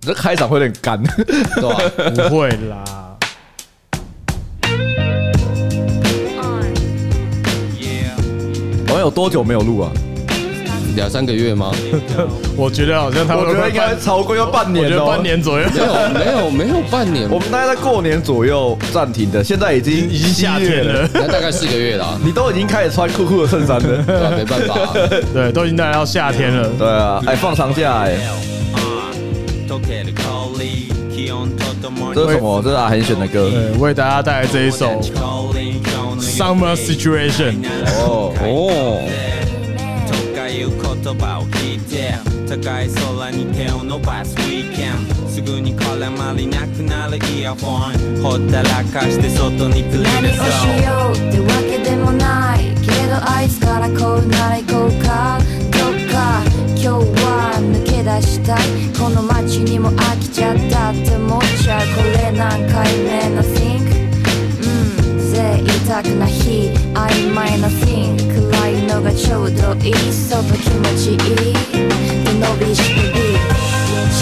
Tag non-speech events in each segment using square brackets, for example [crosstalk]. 你这开场会有点干，对吧、啊不会啦。我们有多久没有录啊？两三个月吗？我觉得好像他我们觉得快应该半，超过要半我年哦觉得了，半。年左右。没有，没有，没有半年我，们大概在过年左右暂停的，现在已经已已经夏天了，，那大概四个月啦，你都已经开始穿酷酷的衬衫 [laughs] 了。对吧、没办法、啊对，都已经来到夏天了。对啊，哎，放长假哎，这是什么？这是阿恒选的歌对，为大家带来这一首《Summer Situation》。哦。哦，都かいう言葉を聞いて高い空に手を伸ばすウィーケンすぐに絡まりなくなるイヤホンほったらかして外にくれ何なをそ Oh しようってわけでもないけどあいつからこうなら行こうかどっか今日は抜け出したいこの街にも飽きちゃったって思っちゃうこれ何回目の Think うん贅沢な日曖昧な Think 暗いのがちょうどいい外気持ちいい手伸びしてビ近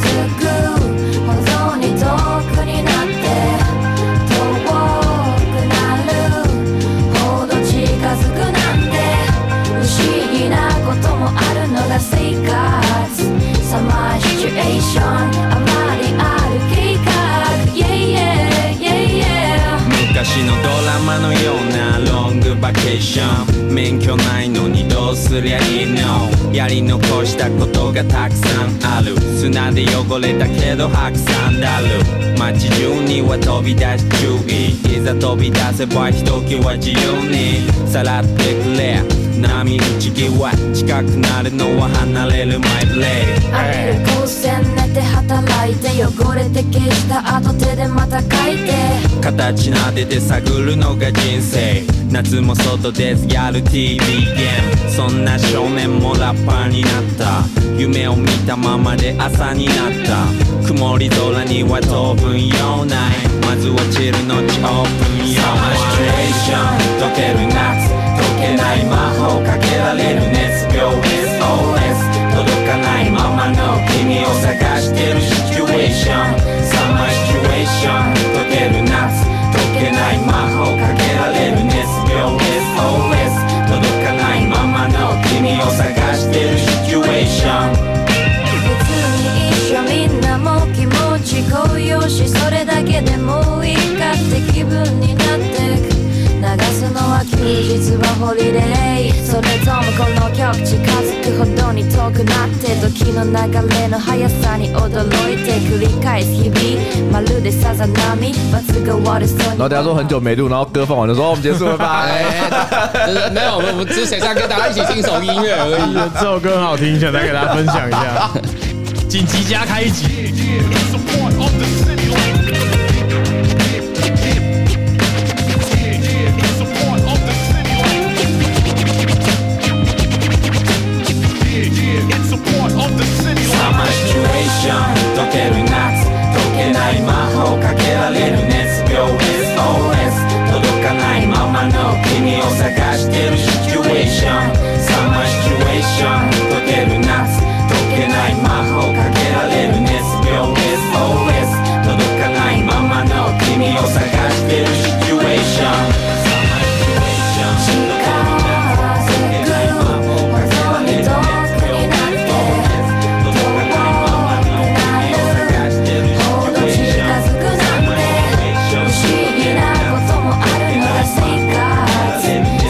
づく本当に遠くになって遠くなるほど近づくなんて不思議なこともあるのが生活サマーシチュエーションあまりある計画イェイイェイイェイイェイ昔のドラマのようなロングバケーション免許ないのにどうすりゃいいのやり残したことがたくさんある砂で汚れたけど白サンダル街中には飛び出し注意いざ飛び出せばひときわ自由にさらってくれ波打ち際近くなるのは離れるマイブレ浴イびる光線寝て働いて汚れて消した後手でまた書いて形なでて探るのが人生夏も外ですやる TV ゲームそんな少年もラッパーになった夢を見たままで朝になった曇り空には当分用ないまずはチルのちオープンよマシチュエーション溶ける夏溶けない魔法かけられる熱病 SOS 届かないままの君を探してるシチュエーションサマーシチュエーション溶ける夏溶けない魔法かけられる熱病 SOS 届かないままの君を探してるシチュエーション別に一緒みんなも気持ち高揚しそれだけでもいいかって気分になってく流すのは休日はホリデーそれともこの曲近づくほどに遠くなって時の流れの速さに驚いて繰り返す日々まるでさざ波罰が悪そ然うに后等下说很久没录，然后歌放完就说哦我们结束了吧。 [laughs] 哎，就是没有，我们我们只是想跟大家一起听一首音乐而 [laughs] 已。这首歌很好听，想再给大家分享 [laughs] 一下。紧急加开一集，サマーシチュエーション溶ける夏溶けない魔法かけられる熱病 SOS 届かないままの君を探してるシチュエーションサマーシチュエーション溶ける夏溶けない魔法かけられる熱病 SOS 届かないままの君を探してるシチュエーションサマーシチュエーショ近づンくほどに遠くになって遠くなるほど近づくなんて不思議なこともあるのが生活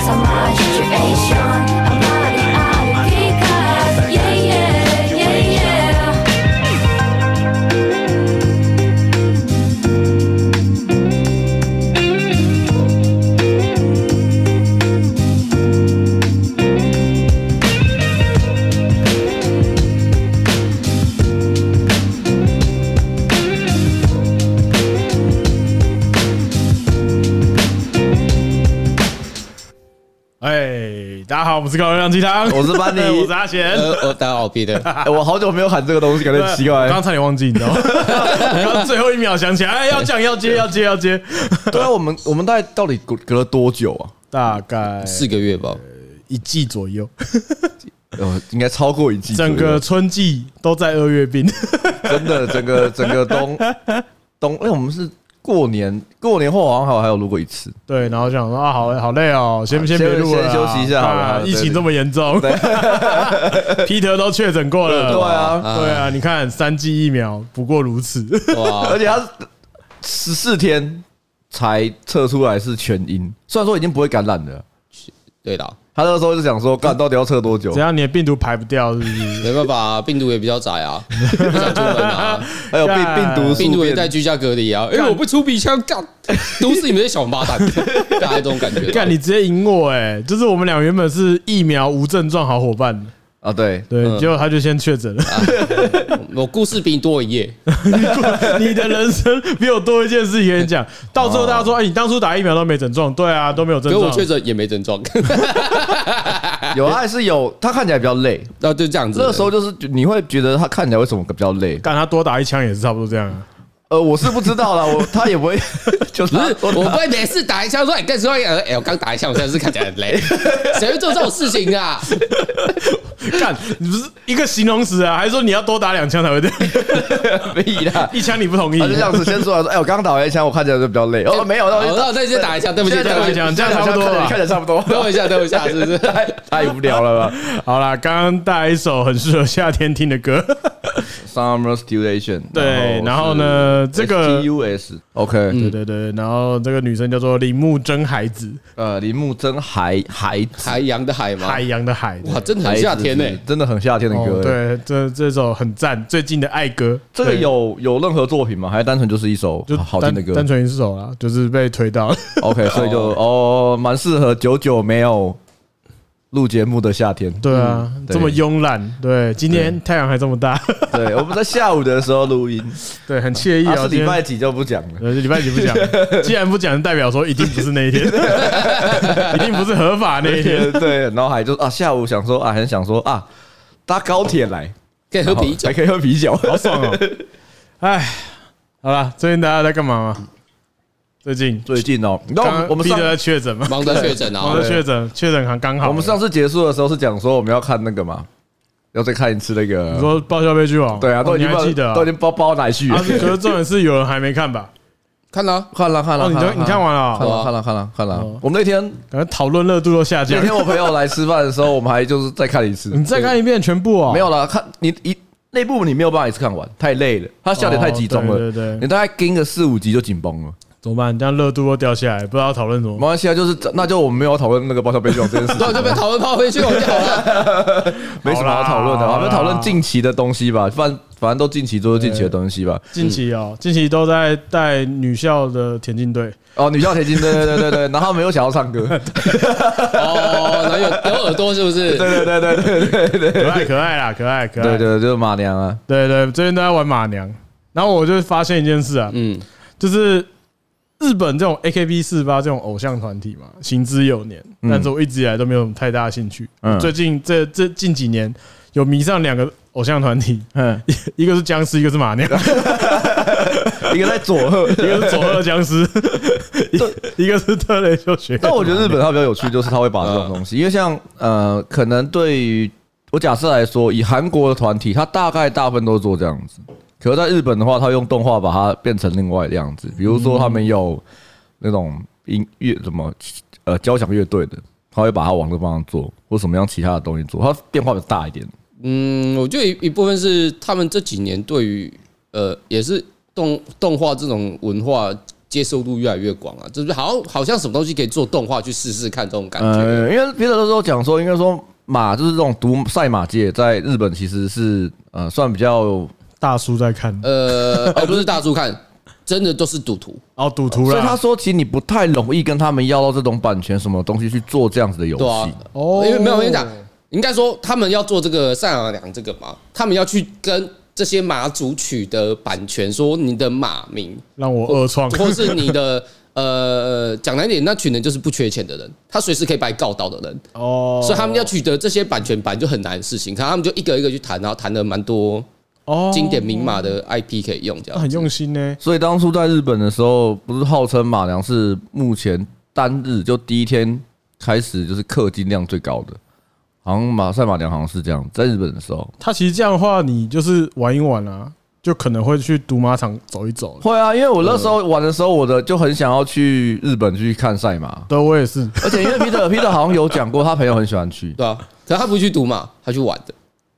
サマーシチュエーションあまりある気が Yeah yeah yeah yeah 哎，大家好，我们是高热量鸡汤，我是班尼 [laughs] 我是阿贤。呃，我打好 B 的，哎我好久没有喊这个东西，感觉呃很奇怪我。刚才也忘记，你知道 [laughs] 吗？我刚最后一秒想起来，哎，要讲，要接，要接，要接。对啊，我们我们大概到底隔隔了多久啊？大概四个月吧，一季左右，呃，应该超过一季左右，整个春季都在二月病，真的整个整个 [laughs] 冬冬，因为我们是过年过年后好像还有还有录过一次，对，然后想说啊，好好累哦，先先啊先别录了啦，先休息一下好了啊对疫情这么严重 [laughs] ，Peter 都确诊过了， [laughs] 对啊，对啊，你看三剂疫苗不过如此， [laughs] 而且他十四天才测出来是全阴，虽然说已经不会感染了，对的，他那个时候就想说，干到底要测多久怎？样你的病毒排不掉是不是？没办法啊，病毒也比较窄啊，不想出门 [laughs] 啊，还哎有病病干毒病毒数也变在居家隔离啊，因为我不出鼻腔，干，都是你们这些小 [laughs] 八蛋，大概这种感觉。干你直接赢我哎、就是我们俩原本是疫苗无症状好伙伴，啊，对，对，嗯结果他就先确诊了。 [laughs] 我故事比你多一页，你的人生比我多一件事情跟你讲，到最后大家啊说，哎，你当初打疫苗都没症状，对啊，都没有症可是状，我确诊也没症状， [laughs] 有他还是有，他看起来比较累，那就这样子。那时候就是你会觉得他看起来为什么比较累？干他多打一枪也是差不多这样啊。呃，我是不知道啦，我他也不会， [laughs] 就是不是，我不会每次打一枪说，哎，干什么？哎，我刚打一枪，我现在是看起来 [laughs] 很累，谁会做这种事情啊？干，你不是一个形容词啊，还是说你要多打两枪才会这样？没意啦。 [laughs] 一枪你 [laughs] 不同意他？啊就这样子先出来说，哎，我刚打完一枪，我看起来就比较累。哦，没有，那哎好那我再去打一枪，对不起，现在对不打起一，这样差不看起多来看了。起来差不 [laughs] 多，等我一下，等我一下，是不是？太 [laughs] 太无聊 [laughs] 了吧 [laughs] 好啦，刚刚带来一首很适合夏天听的歌，嗯？Summer s t u d a t i o n 对，然后？呢，这个 G。U S OK，对对对，然后这个女生叫做铃木真孩子，嗯呃，铃木真海海子海洋的海吗海？洋的海。哇，真的海很子夏天欸呢、是真的很夏天的哦歌。，欸对，这这首很赞，最近的爱歌。这个对有有任何作品吗？还是单纯就是一首就好听单的歌单纯一首啦，就是被推 [laughs] 到了。 ？OK，所以就哦，蛮适合久久没有录节目的夏天。对啊，嗯对这么慵懒，对，今天太阳还这么大， [laughs] 对，我们在下午的时候录 [laughs] 音，对，很惬意他啊。是今礼天拜几就不讲了。呃礼拜几不 [laughs] 讲？既然不讲，代表说一定不是那一天，一定不是合法那一天。对，然后还就啊，下午想说啊，很想说啊，搭高铁来，可以喝啤酒还。可以喝啤酒。好爽哦！哎，好了，最近大家在干嘛吗？最近，最近哦，你知道我刚们我们逼上着确诊吗？忙着确诊我啊们！确诊，确诊还刚好。我们上次结束的时候是讲说我们要看那个嘛，要再看一次那你个。说爆笑悲剧王，对啊，哦都已你经还报记得啊？都已经包包哪去了啊，？可是重点是有人还没看吧？看啦、看了看了，哦，你都你看完了看哦，了看了看了看了哦。我们那天感觉讨论热度都下那降。天我朋友来吃饭的时候，我们还就是再看一次。你再看一遍全部哦，没有了，看你一那部你没有办法一次看完，太累了，他笑点太集中哦了对，对你对，大概跟个四五集就紧绷了。怎么办？这样热度又掉下来，不知道讨论什没么。关系啊，就是那就我们没有讨论那个爆笑悲剧王这件事对，情我，就被讨论炮回去我 [laughs] 就好了。没什么好讨论的，好啦我们讨论近期的东西吧，反反正都近期都是近期的东西吧。近期哦，近期都在带女校的田径队，哦，女校田径，对对对对对，然后他们又想要唱歌，哦，然后有有耳朵是不是？对对对对对对可爱可爱啦，可爱可爱。对对，就是马娘啊，对对，最近都在玩马娘，然后我就发现一件事啊，嗯，就是日本这种 AKB 四八这种偶像团体嘛，行之有年，嗯但是我一直以来都没有什么太大的兴趣。嗯最近这这近几年有迷上两个偶像团体， [laughs] 嗯，一个是僵尸，一个是马娘，一个在佐贺，一个是左二僵尸， [laughs] 一一个是特雷修学。 [laughs] 但我觉得日本它比较有趣，就是它会把这种东西，因为像呃，可能对于我假设来说，以韩国的团体，它大概大部分都是做这样子。可是在日本的话，它用动画把它变成另外的样子，比如说他们有那种音乐什么呃交响乐队的，他会把它往这方向做，或什么样其他的东西做，它变化比较大一点。嗯，我觉得一一部分是他们这几年对于呃，也是动动画这种文化接受度越来越广啊，就是好像好像什么东西可以做动画去试试看这种感觉。呃，因为别的都候讲说，应该说马就是这种独赛马界，在日本其实是呃算比较大叔在看，呃，而不是大叔看，真的都是赌徒。哦，赌徒所以他啦，说，其实你不太容易跟他们要到这种版权什么东西去做这样子的游对啊戏。，哦因为没有我跟你讲，应该说他们要做这个赡养粮这个嘛，他们要去跟这些马主取得版权，说你的马 [laughs] 名让我恶创。或是你的。呃，讲难点，那群人就是不缺钱的人，他随时可以把你告倒的人， [laughs] 哦，所以他们要取得这些版权版就很难的事情。可能他们就一个一个去谈，然后谈了蛮多哦哎经典名马的 IP 可以用，这样很用心呢。所以当初在日本的时候，不是号称马良是目前单日就第一天开始就是氪金量最高的，好像马赛马娘好像是这样，在日本的时候他其实这样的话，你就是玩一玩啊，就可能会去赌马场走一走。会啊，因为我那时候玩的时候，我的就很想要去日本去看赛马，对，我也是， [laughs] 而且因为 Peter Peter 好像有讲过，他朋友很喜欢去，对啊，可他不去赌嘛，他去玩的。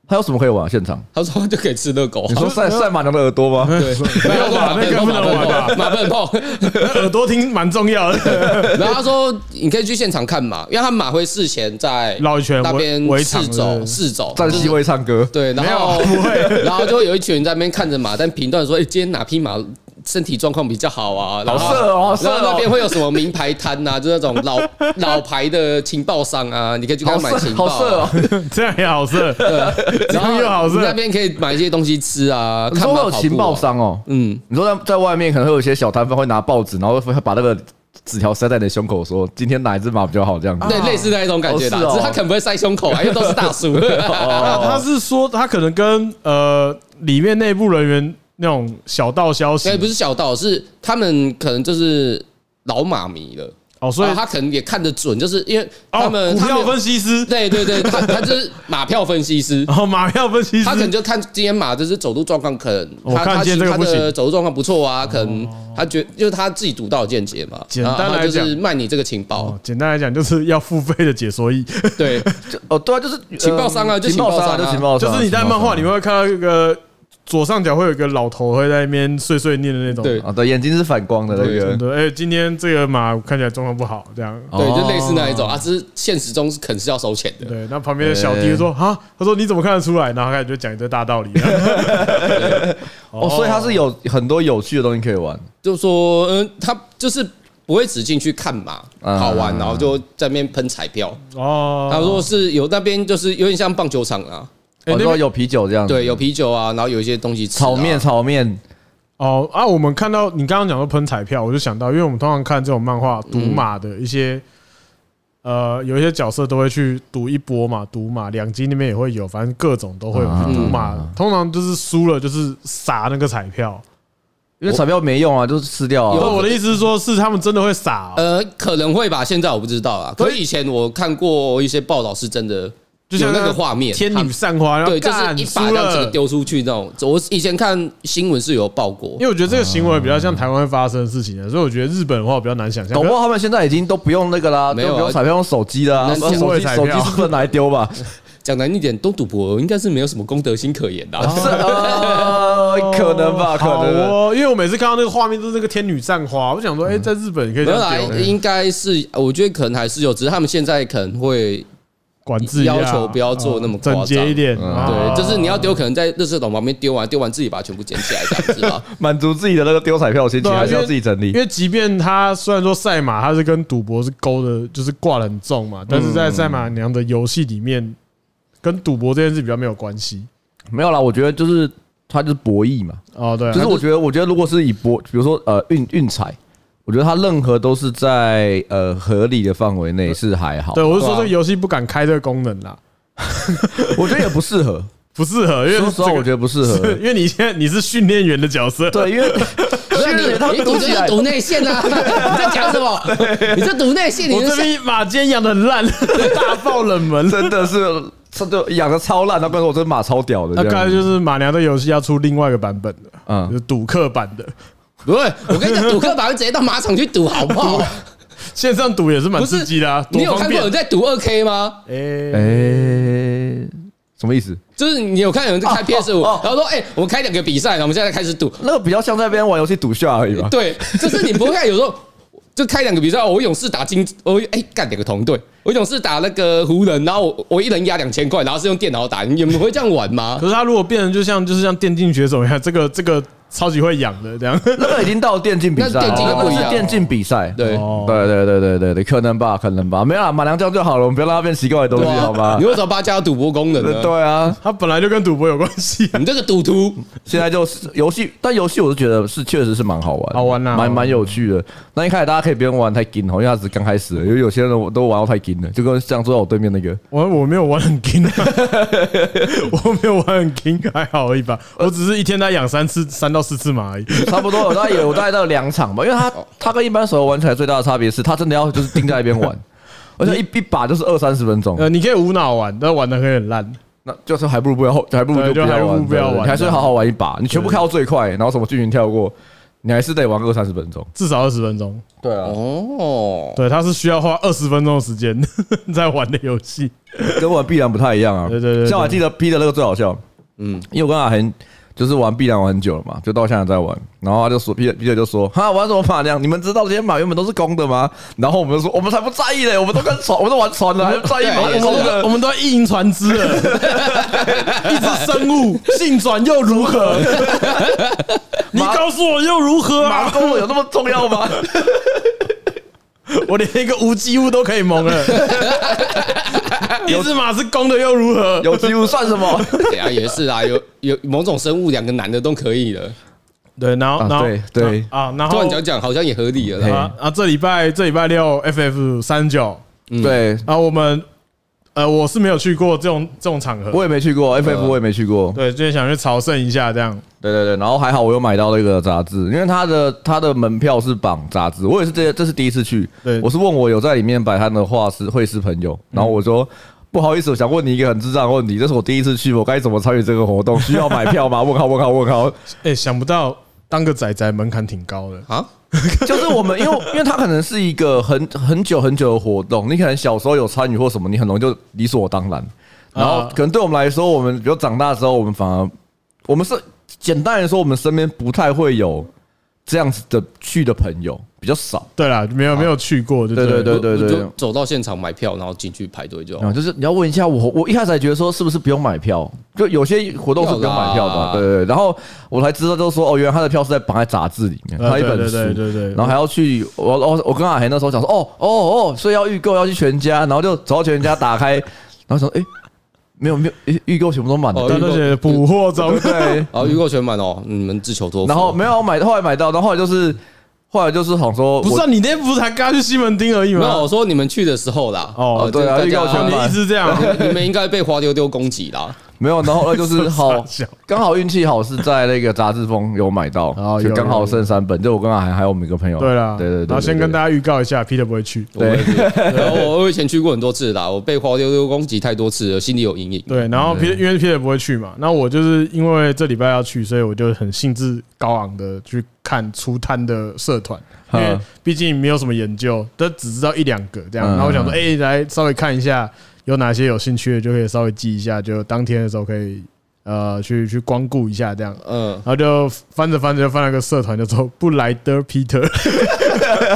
他有什么可以玩？现场他说他就可以吃热狗啊，你说赛赛马娘的耳朵吗？ [laughs] 对， [laughs] 没有吧那个不能玩啊吧马不能碰。耳朵听蛮重要的。 [laughs] 然后他说你可以去现场看马，因为他马会事前在绕一圈那边围围场试是不走是试走，站就是西位唱歌，对，然后不会， [laughs] 然后就会有一群人在那边看着马，但评断说，哎，今天哪匹马身体状况比较好啊？然后好色哦好色然哦后那边会有什么名牌摊呐，就那种老 [laughs] 老牌的情报商啊，你可以去跟好他买情色，报好啊。色哦！这样也好色，然这样又好后色你那边可以买一些东西吃啊，你看说马会有跑步啊情报，商哦，嗯，你说在在外面可能会有一些小摊贩会拿报纸，然后会把那个纸条塞在你的胸口，说今天哪一只马比较好这样子。啊对，类似那一种感觉啦，哦是哦只是他可能不会塞胸口啊，因为都是大 [laughs] 叔。那啊他是说他可能跟呃里面内部人员那种小道消息所以，哎不是小道，是他们可能就是老马迷了，哦，所以然后他可能也看得准，就是因为他哦们股他票们分析师，对对对，他他就是马票分 [laughs] 析师。然后马票分析师，他可能就看今天马就是走路状况，可我能他看他见其这个他不行哦的走路状况不错啊，可能他觉就是他自己独到的见解嘛。简单然后他来就是讲卖你这个情报哦，，简单来讲就是要付费的解说役，对，就哦，对啊，就是呃情报商啊就情报商啊，情报商就啊情报商就啊，是你在漫画里面会看到一个左上角会有一个老头会在那边碎碎念的那种，对啊，对，眼睛是反光的那个，对，哎，今天这个马看起来状况不好，这样。对，就类似那一哦种啊，只是现实中是肯是要收钱的。对，那旁边的小弟就哎说啊，他说你怎么看得出来？然后开始就讲一堆大道理。 [laughs] 哦，所以它是有很多有趣的东西可以玩。就说，嗯，他就是不会只进去看马啊好玩，然后就在那边喷彩票。哦，他说是有那边就是有点像棒球场啊，哎我那说边有啤酒这样子，对，有啤酒啊，然后有一些东西吃啊嗯炒面，炒面，哦啊，我们看到你刚刚讲到喷彩票，我就想到，因为我们通常看这种漫嗯画赌马的一些，呃，有一些角色都会去赌一波嘛，赌马两金那边也会有，反正各种都会啊有去赌马。通常就是输了就是撒那个彩票。因为彩票没用啊，就是吃掉不啊。我的意思是说，是他们真的会撒、哦，呃，可能会吧，现在我不知道啊。可是以前我看过一些报道，是真的就像有那个画面天他女们散花，然后对，就是干一输把这样整个了。丢出去那种。我以前看新闻是有报过因，为我觉得这个行为比较像台湾会发生的事情的，啊所以我觉得日本的话我比较难想象。搞可不是好他们现在已经都不用那个啦，没有都啊不用彩票，用手机啦。那手机数手位机彩票是不能拿来丢吧？讲难一点，都赌博应该是没有什么公德心可言的、哦啊。是呃，可能吧，可好能。哦，因为我每次看到那个画面都是那个天女散花，我想说，哎，在日本也可以嗯这没有样啦，丢，应该是我觉得可能还是有，只是他们现在可能会管制一下哦要求不要做那么夸张整嗯洁一点。啊对，对就是你要丢，可能在垃圾桶旁边丢完，丢完自己把它全部捡起来这样子啊 [laughs] 吧。满足自己的那个丢彩票的心情，对啊还是因要为自己整理因。为即便他虽然说赛马他是跟赌博是勾的，就是挂得很重嘛，但是嗯在赛马娘的游戏里面，跟赌博这件事比较没有关系。没有啦，我觉得就是它就是博弈嘛，哦，对啊，就是我觉得，我觉得如果是以博，比如说呃运运彩，我觉得它任何都是在呃合理的范围内是还好对，，我是说对啊这个游戏不敢开这个功能啦，我觉得也不适合。不适 [laughs] 合，因为说实话，这个我觉得不适呃合。 [laughs] 是因为你现在你是训练员的角色，对，因为那训练他啊你你读赌起这来是赌内 [laughs] 线啊？你在讲什么？你在赌内线，你我就这是边马肩养的很烂，大爆冷门。 [laughs] 真的是他就养的超烂，他跟我说我这马超屌的这那样子，刚才就是马娘的游戏要出另外一个版本的，嗯就是赌客版的，不会。我跟你讲，赌客把会直接到马场去赌，好不 [laughs] 好？线上赌也是蛮不是刺激的啊，你有多方看过便有人在赌二 K 吗？哎、哎，什么意思？就是你有看有人在开 PS 哦五，然后说：“哎，我们开两个比赛，然后我们现在开始赌。那个比较像在那边玩游戏赌下而已”啊吧。对，就是你不会看有时候。就开两个比赛，我勇士打金，我哎干两个同队，我勇士打那个湖人，然后我我一人压两千块，然后是用电脑打，你们会这样 [laughs] 玩吗？可是他如果变成就像就是像电竞选手一样，这个这个超级会养的这样。那个已经到电竞比赛了，那电竞就不一样那是电竞比赛。对，哦对对对对对对，可能吧，可能吧，没有啦，马良这样就好了，我们不要让它变奇怪的东西，对啊好吧你？为什么把它加到赌博功能呢？对啊，他本来就跟赌博有关系啊。你这个赌徒，现在就是游戏，但游戏我是觉得是确实是蛮好玩的，好玩啊蛮蛮有趣的。那一开始大家可以不用玩太紧哦，因为它只是刚开始而已，因为有些人我都玩到太紧了，就跟像坐在我对面那 [laughs] 个，我我没有玩很 king，啊 [laughs] 我没有玩很 king，还好而已吧。我只是一天他养三次三到四次马而已。差不多有，大概哦 [laughs] 有大概到两场吧，因为他他跟一般手游玩起来最大的差别是，他真的要就是盯在一边玩。而且一一把就是二三十分钟，呃，你可以无脑玩，但玩的会很烂。那就是还不如不要，还不如对就不就还要不如玩，不要对对对玩你还是好好玩一把。你全部开到最快，然后什么剧情跳过，你还是得玩个二三十分钟。至少二十分钟。对啊，哦，对，它是需要花二十分钟的时间 [laughs] 在玩的游戏。跟玩碧蓝不太一样啊。对对对对像我还记得 P 的那个最好笑，嗯，因为我跟阿恒就是玩碧蓝玩很久了嘛，就到现在在玩，然后他就说 P 的 P 的就说哈玩什么马娘？你们知道这些马原本都是公的吗？然后我们就说我们才不在意嘞，我们都跟船，我们都玩船了，还在意马对是公的我。们都一营船 [laughs] 只了，一只生物性转又如何？你告诉我又如何马啊？公的有那么重要 [laughs] 吗？我连一个无机物都可以蒙了，一只马是公的又如何？有几乎算什么？对啊，也是啊，有有某种生物，两个男的都可以了。对，然后啊然后对对啊，然突后然讲讲，好像也合理了啦。啊哎啊，这礼拜这礼拜六 FF 三九，对，然后我们呃，我是没有去过这种这种场合我，也没去过 FF，我也没去过。对，今天想去朝圣一下这样。对对对，然后还好我有买到那个杂志，因为它的它的门票是绑杂志，我也是这这是第一次去对，我是问我有在里面摆摊的画师会师朋友，然后我说。不好意思，我想问你一个很智障的问题，这是我第一次去，我该怎么参与这个活动？需要买票吗？问号问号问号，哎、想不到当个仔仔门槛挺高的。哦啊， [laughs] 就是我们，因为因为它可能是一个很很久很久的活动，你可能小时候有参与或什么，你很容易就理所当然。然后啊可能对我们来说，我们比如长大之后，我们反而我们是简单来说，我们身边不太会有这样子的去的朋友，比较少。对啦，没有没有去过，对对对对对对我对就。走到现场买票，然后进去排队就好。哦啊，就是你要问一下我，我一开始还觉得说是不是不用买票，就有些活动是不用买票的要啊，啦对对对。然后我才知道，就是说哦，原来他的票是在绑在杂志里面，呃他一本对书对，对对对然后还要去我我我跟阿海那时候想说哦哦哦，所以要预购要去全家，然后就走到全家打开， [laughs] 然后想哎、诶没有没有诶预购全部都满了，哦但那些捕获中，对。然后预购全满哦，你们自求多福。然后没有买，后来买到，然后后来就是后来就是想说，不是、啊、你那不是才刚去西门町而已没有，吗我？说你们去的时候啦。哦呃对啊就是大预告家全你一直这样，你们应该被花丢丢攻击啦。 [laughs] 没有，然后后来就是傻好笑，刚好运气好是在那个杂志风有买到哦，就有刚有好有剩三本，就我跟阿海还有我们一个朋友，对啦，对对对，然后先跟大家预告一下，Peter 不会去。对我也是然后呃我我以前去过很多次啦，我被花丢丢攻击太多次了，心里有阴影。对，然后 Peter 因为 Peter 不会去嘛，那我就是因为这礼拜要去，所以我就很兴致高昂的去看出摊的社团，因为嗯毕竟没有什么研究，都只知道一两个这嗯样。然后我想说，哎，来稍微看一下有哪些有兴趣的，就可以稍微记一下，就当天的时候可以呃去去光顾一下这样。嗯，然后就翻着翻着就翻了个社团，叫做布莱德 Peter。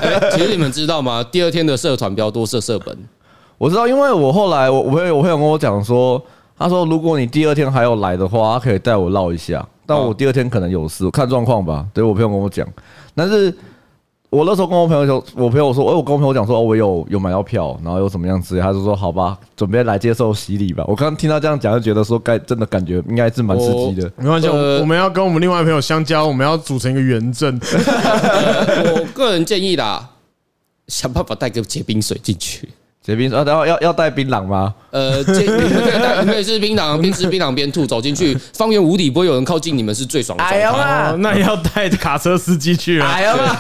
哎其实你们知道吗？第二天的社团比较多社社本，我知道，因为我后来我我朋友我朋友跟我讲说，他说如果你第二天还有来的话，他可以带我绕一下，但我第二天可能有事，看状况吧。对我朋友跟我讲，但是我那时候跟我朋友说，我朋友说，哎，我跟我朋友讲说，哦，我有有买到票，然后又怎么样之类，他就说好吧，准备来接受洗礼吧。我刚刚听他这样讲，就觉得说该真的感觉应该是蛮刺激的。没关系，呃我们要跟我们另外一个朋友相交，我们要组成一个圆阵。我个人建议啦，想办法带个结冰水进去。结冰说，啊等下要要带槟榔吗？呃，这你们可以带，你们可以吃槟榔，边吃槟榔边吐，走进去，方圆五里不会有人靠近你们，是最爽的状态。 [laughs] 哦，那要带卡车司机去 [laughs] 啊。呀妈！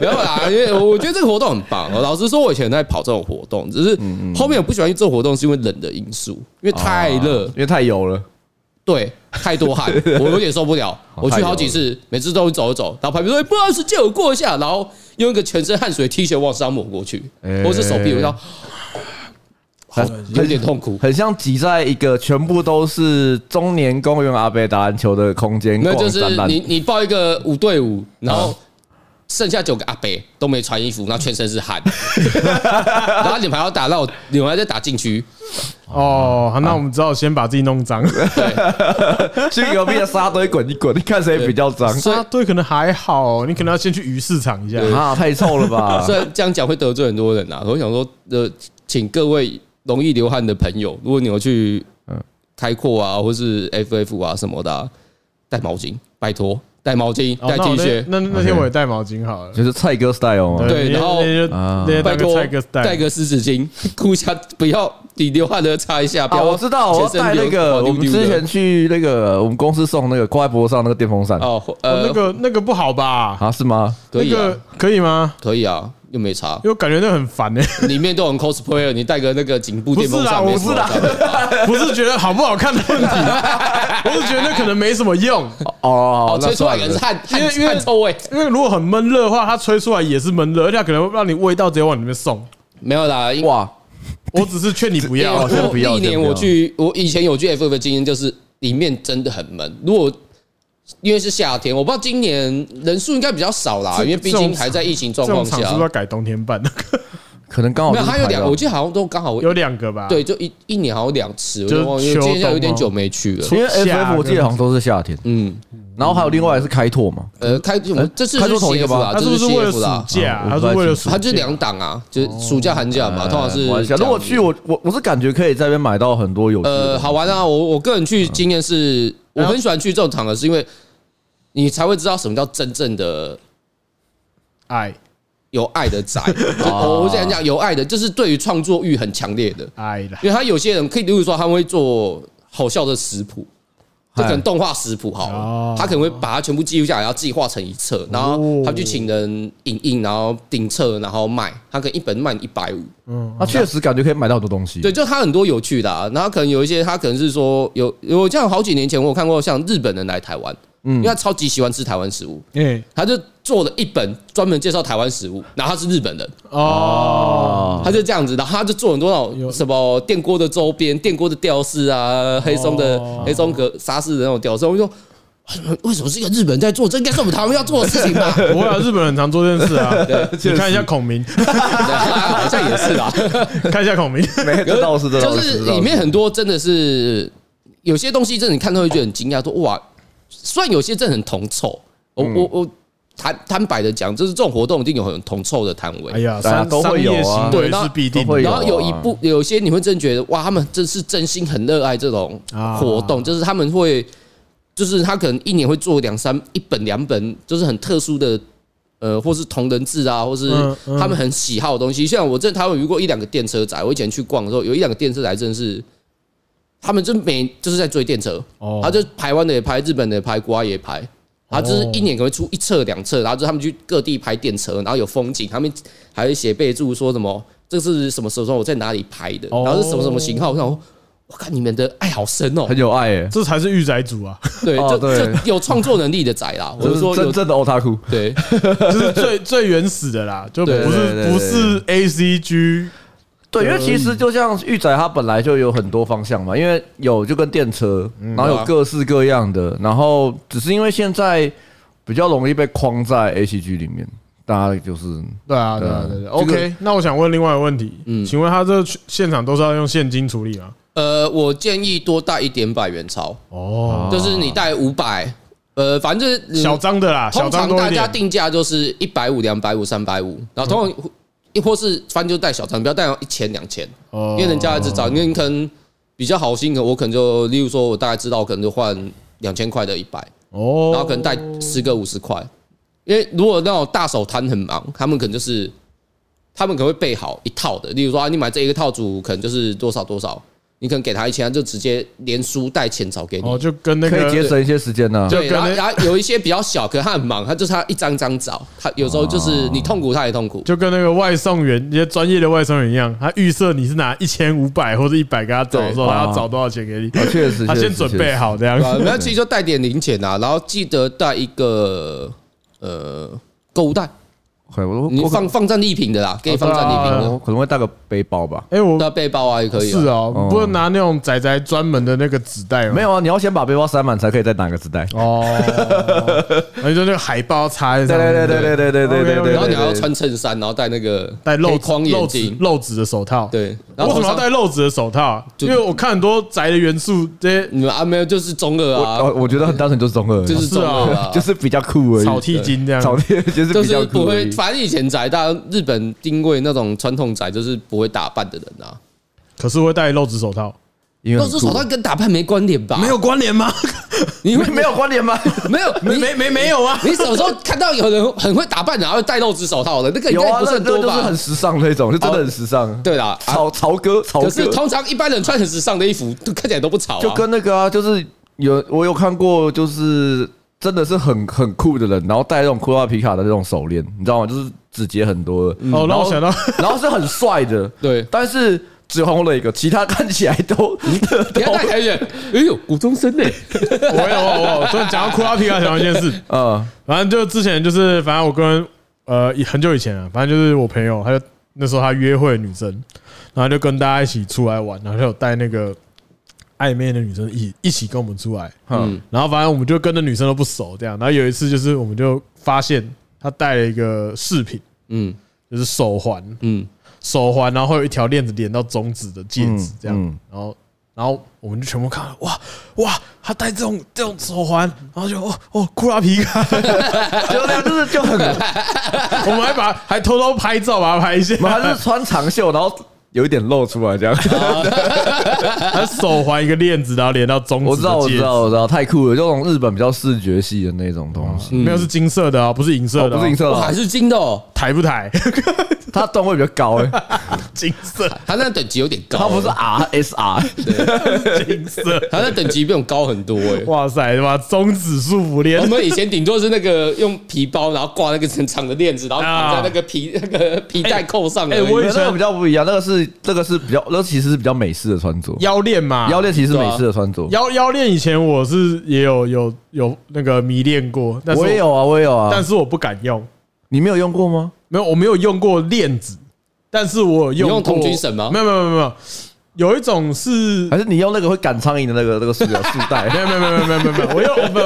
没有啦，因为我觉得这个活动很棒。哦老实说，我以前在跑这种活动，只是后面我不喜欢去做活动，是因为冷的因素，因为太热啊因，为太油了。对，太多汗，我有点受不了。我去好几次，每次都会走一走，然后旁边说哎不好意思，借我过一下，然后用一个全身汗水的 T 恤往上抹过去，或是手臂，我要很 [gasps] 有点痛苦。很像挤在一个全部都是中年公园阿伯打篮球的空间没有，就逛是展览。你你报一个五对五，然嗯后剩下九个阿伯都没穿衣服，然后全身是汗， [laughs] 然后你们还要打到你们还在打禁区，哦，好那我们只好先把自己弄 [laughs] 脏。[laughs] [laughs] 去隔壁的沙堆滚一滚，你看谁比较 [laughs] 脏所以啊，对，可能还好，你可能要先去鱼市场一下。嗯啊？太臭了 [laughs] 吧！虽然这样讲会得罪很多人啊，我想说，呃，请各位容易流汗的朋友，如果你有去嗯开阔啊，或是 FF 啊什么的啊、带毛巾，拜托，带毛巾，哦带 T 恤，那我那那那天我也带毛巾好了。就是蔡哥 style 哦嘛。对然后那天就啊那天拜带托个带个带个湿纸巾， [laughs] 哭一下，不要你流汗的擦一下，不啊，要我知道，我要全身带那流个滑溜我们溜的之前去那个我们公司送那个挂在脖子上那个电风扇哦，哦呃那，个那个不好吧？啊，是吗？可那以啊个，可以吗？可以啊，又没差因，为我感觉那很烦呢、欸，里面都很 cosplayer，你戴个那个颈部电风扇不没是什么啦哦差别 [laughs] 吧不是觉得好不好看的 [laughs] 问题，我是觉得那可能没什么用，哦哦，吹出来可能是汗因汗为因为汗臭味，因为如果很闷热的话，它吹出来也是闷热，而且它可能会让你味道直接往里面送。没有啦，因哇，我只是劝你不因为 [laughs] 要哦，这个不要我历这个年不要我去，我以前有去 FF 的经验，就是里面真的很闷。如果因为是夏天，我不知道今年人数应该比较少啦，这因为毕这种竟还在疫情这状种况场下是不是。要改冬天办？可能刚好没有，就是还有排两，到我记得好像都刚 [laughs] 好有两个吧？对，，就一一年好像两次，我就是都忘记，因为秋今年有点冬吗久没去了初。因为夏 FF 我记得好像都是夏天，嗯，然后还有另外一个是开拓嘛，呃，开我们这次开是出同一个 CF 吧啦，他这是不次啊是是为了 CF 啦暑，假？嗯他我是不太为了清暑楚假？它就是两档啊，就是暑假寒假嘛，通常是呃玩一下如这样果去哦我我我是感觉可以在那边买到很多有趣的呃，好玩啊！我我个人嗯去经验是，我很喜欢去这种场合，是因为你才会知道什么叫真正的爱有爱的 [laughs] 宅。就我我想讲有爱的，就是对于创作欲很强烈的，爱啦，因为他有些人可以，例如说他们会做好笑的食谱。就可能动画食谱好哦了，他可能会把它全部记录下来，然后自己画成一册，然后哦他去请人影印，然后订册，然后卖，他可能一本卖一百五，嗯，那啊确实感觉可以买到很多东西。对，就它很多有趣的、啊，然后可能有一些，它可能是说有有像好几年前我有看过，像日本人来台湾，嗯因为他超级喜欢吃台湾食物，哎他就做了一本专门介绍台湾食物，然后他是日本人，哦，啊他就这样子，然后他就做很多那有种什么电锅的周边、电锅的吊饰啊、黑松的哦黑松格沙士的那种吊饰，我就说。为什么是一个日本人在做？这应该是我们台湾要做的事情 [laughs] 吧？不会啊，日本人很常做这件事啊。确你实看一下孔明，好像也是啊啦。 [laughs] 看一下孔明，没这倒是这倒就是是这倒里面很多真的是有些东西，真的你看到会觉得很惊讶，说哇，虽然有些真的很铜臭，我我我坦坦白的讲，就是这种活动一定有很铜臭的摊哎位。呀，大家商都会有啊商业对行为那是必定都会的有然后啊有一部有些你会真觉得哇，他们真是真心很热爱这种活动，啊就是他们会，就是他可能一年会做两三一本两本，就是很特殊的，呃，或是同人志啊，或是嗯嗯他们很喜好的东西。像我在台湾有遇过一两个电车仔，我以前去逛的时候，有一两个电车仔真的是，他们就每就是在追电车，哦他就台湾的也拍，日本的也拍，国外也拍。他就是哦一年可能会出一册两册，然后就他们去各地拍电车，然后有风景，他们还会写备注说什么这是什么时候我在哪里拍的，哦然后是什么什么型号。我想说，我看你们的爱好深哦很，有爱诶，这才是御宅族啊， [laughs] 对，哦就对就 [laughs] 有创作能力的仔啦。我就是是说真有正的 otaku。对，就是最 [laughs] 最原始的啦，就不对对对是对不是 A C G 对，因为其实就像玉仔，它本来就有很多方向嘛，因为有就跟电车，嗯然后有各式各样的，然后只是因为现在比较容易被框在 A C G 里面，大家就是对啊，对啊，对对对。这个 OK，那我想问另外一个问题，请问他这现场都是要用现金处理吗？呃，我建议多带一点百元 [laughs] 钞，哦，就是你带五百，呃，反正就是你小张的啦，小通张常多一大家点。定价就是一百五、两百五、三百五，然后通嗯常一或是反正就带小张，不要带一千、两千。哦因为人家只找，因为你可能比较好心，可能我可能就，例如说，我大概知道，我可能就换两千块的一百，哦，然后可能带十个五十块。因为如果那种大手摊很忙，他们可能就是，他们可能会备好一套的，例如说啊，你买这一个套组，可能就是多少多少，你可能给他一千，他就直接连书带钱找给你。哦，就跟那可以节个省一些时间啊呢。就对，然后跟那然后有一些比较小，可能他很忙，他就是他一张张找，他有时候哦就是你痛苦，他也痛苦。就跟那个外送员，一些专业的外送员一样，他预设你是拿一千五百或者一百给他找的时候，对他要哦找多少钱给你，哦确实他确先实准确备实好这样对。啊，那其实就带点零钱啊，然后记得带一个呃购物袋，可能我你我可放放战利品的啦，可以放战利品能我的，可能会带个背包吧。哎，我带背包啊也可以。哦啊是，哦哦，不能拿那种仔仔专门的那个纸袋吗？没有啊，你要先把背包塞满，才可以再拿个纸袋。哦，然后就那个海报插在对上对面，对对对对对对对对。然后你还要穿衬衫，然后戴那个戴黑漏框漏眼指镜，漏指的手套。，对。然为什后头么要上戴漏指的手套啊？就因为我看很多宅的元素，这些你们啊没有就是中二我啊哦，，我觉得很单纯就是中二，就是中二啊， [laughs] 就是比较酷而已，草剃金这样。草地 [laughs] 就是就比较是不酷而会，已。反正以前宅，大家日本定位那种传统宅，就是不会打扮的人啊。可是会戴漏指手套，因为都很是酷手套跟打扮没关联吧？没有，关联吗？你会 [laughs] 没有关联吗？没有没你没没没有啊！你什么时候看到有人很会打扮，然后戴露指手套的？那 [laughs] 个应有该啊，不是那很那多个就是吧很？时尚那种，就真的很时尚。对啦，啊潮潮哥，潮可哥是通常一般人穿很时尚的衣服，都看起来都不潮啊。就跟那个啊，就是有我有看过，就是真的是很很酷的人，然后戴那种库拉皮卡的那种手链，你知道吗？就是指节很多的。哦，让我想到， [laughs] 然后是很帅的，对但是只红了一个，其他看起来都 [laughs] 你 [laughs] 都要带太远，哎呦，古中生呢？我有我有，所以讲到库拉皮卡，想到一件事，呃反正就之前就是，反正我跟呃以很久以前啊，反正就是我朋友，他就那时候他约会的女生，然后就跟大家一起出来玩，然后就有带那个暧昧的女生一起一起跟我们出来，嗯然后反正我们就跟那女生都不熟这样，然后有一次就是我们就发现她带了一个饰品，嗯就是手环，嗯，手环，然后会有一条链子连到中指的戒指这样，嗯嗯然后然后我们就全部看了，哇哇，他戴这种这种手环，然后就哦哦库拉皮卡，就那样，就是就 [laughs] 很，我 [laughs] 我们还把还偷偷拍照把它拍一下，们还是穿长袖，然后有一点露出来这 [laughs] 样。哦他手环一个链子，然后连到中我指知的道，我戒知指，道，我知道，太酷了！就那种日本比较视觉系的那种东西，没有是金色的啊，不是银嗯色哦的、不是银，色哇，还的，是金的哦，抬不抬？它段位比较高哎， [laughs] 金色， [laughs] 他那等级有点高，啊它不是 R S R，金色，他那等级比我们高很 [laughs] 多哎。哇塞，他妈中指束缚链我，们以前顶多是那个用皮包，然后挂那个很长的链子，然后绑在那个皮那个皮带扣上而啊已。哎哎我以那前个比较不一样，那个是那个是比较，那个其实是比较美式的穿着，腰链嘛，腰链其实是美式的穿着，腰腰链以前我是也有有有那个迷恋过，但是我也有啊，我也有啊，但是我不敢用，你没有用过吗？没有，我没有用过链子，但是我有你用过同居绳吗没有没有没有没有，有一种是还是你用那个会赶苍蝇的那个那个塑料束带？没有没有没有没有没有没有，我用不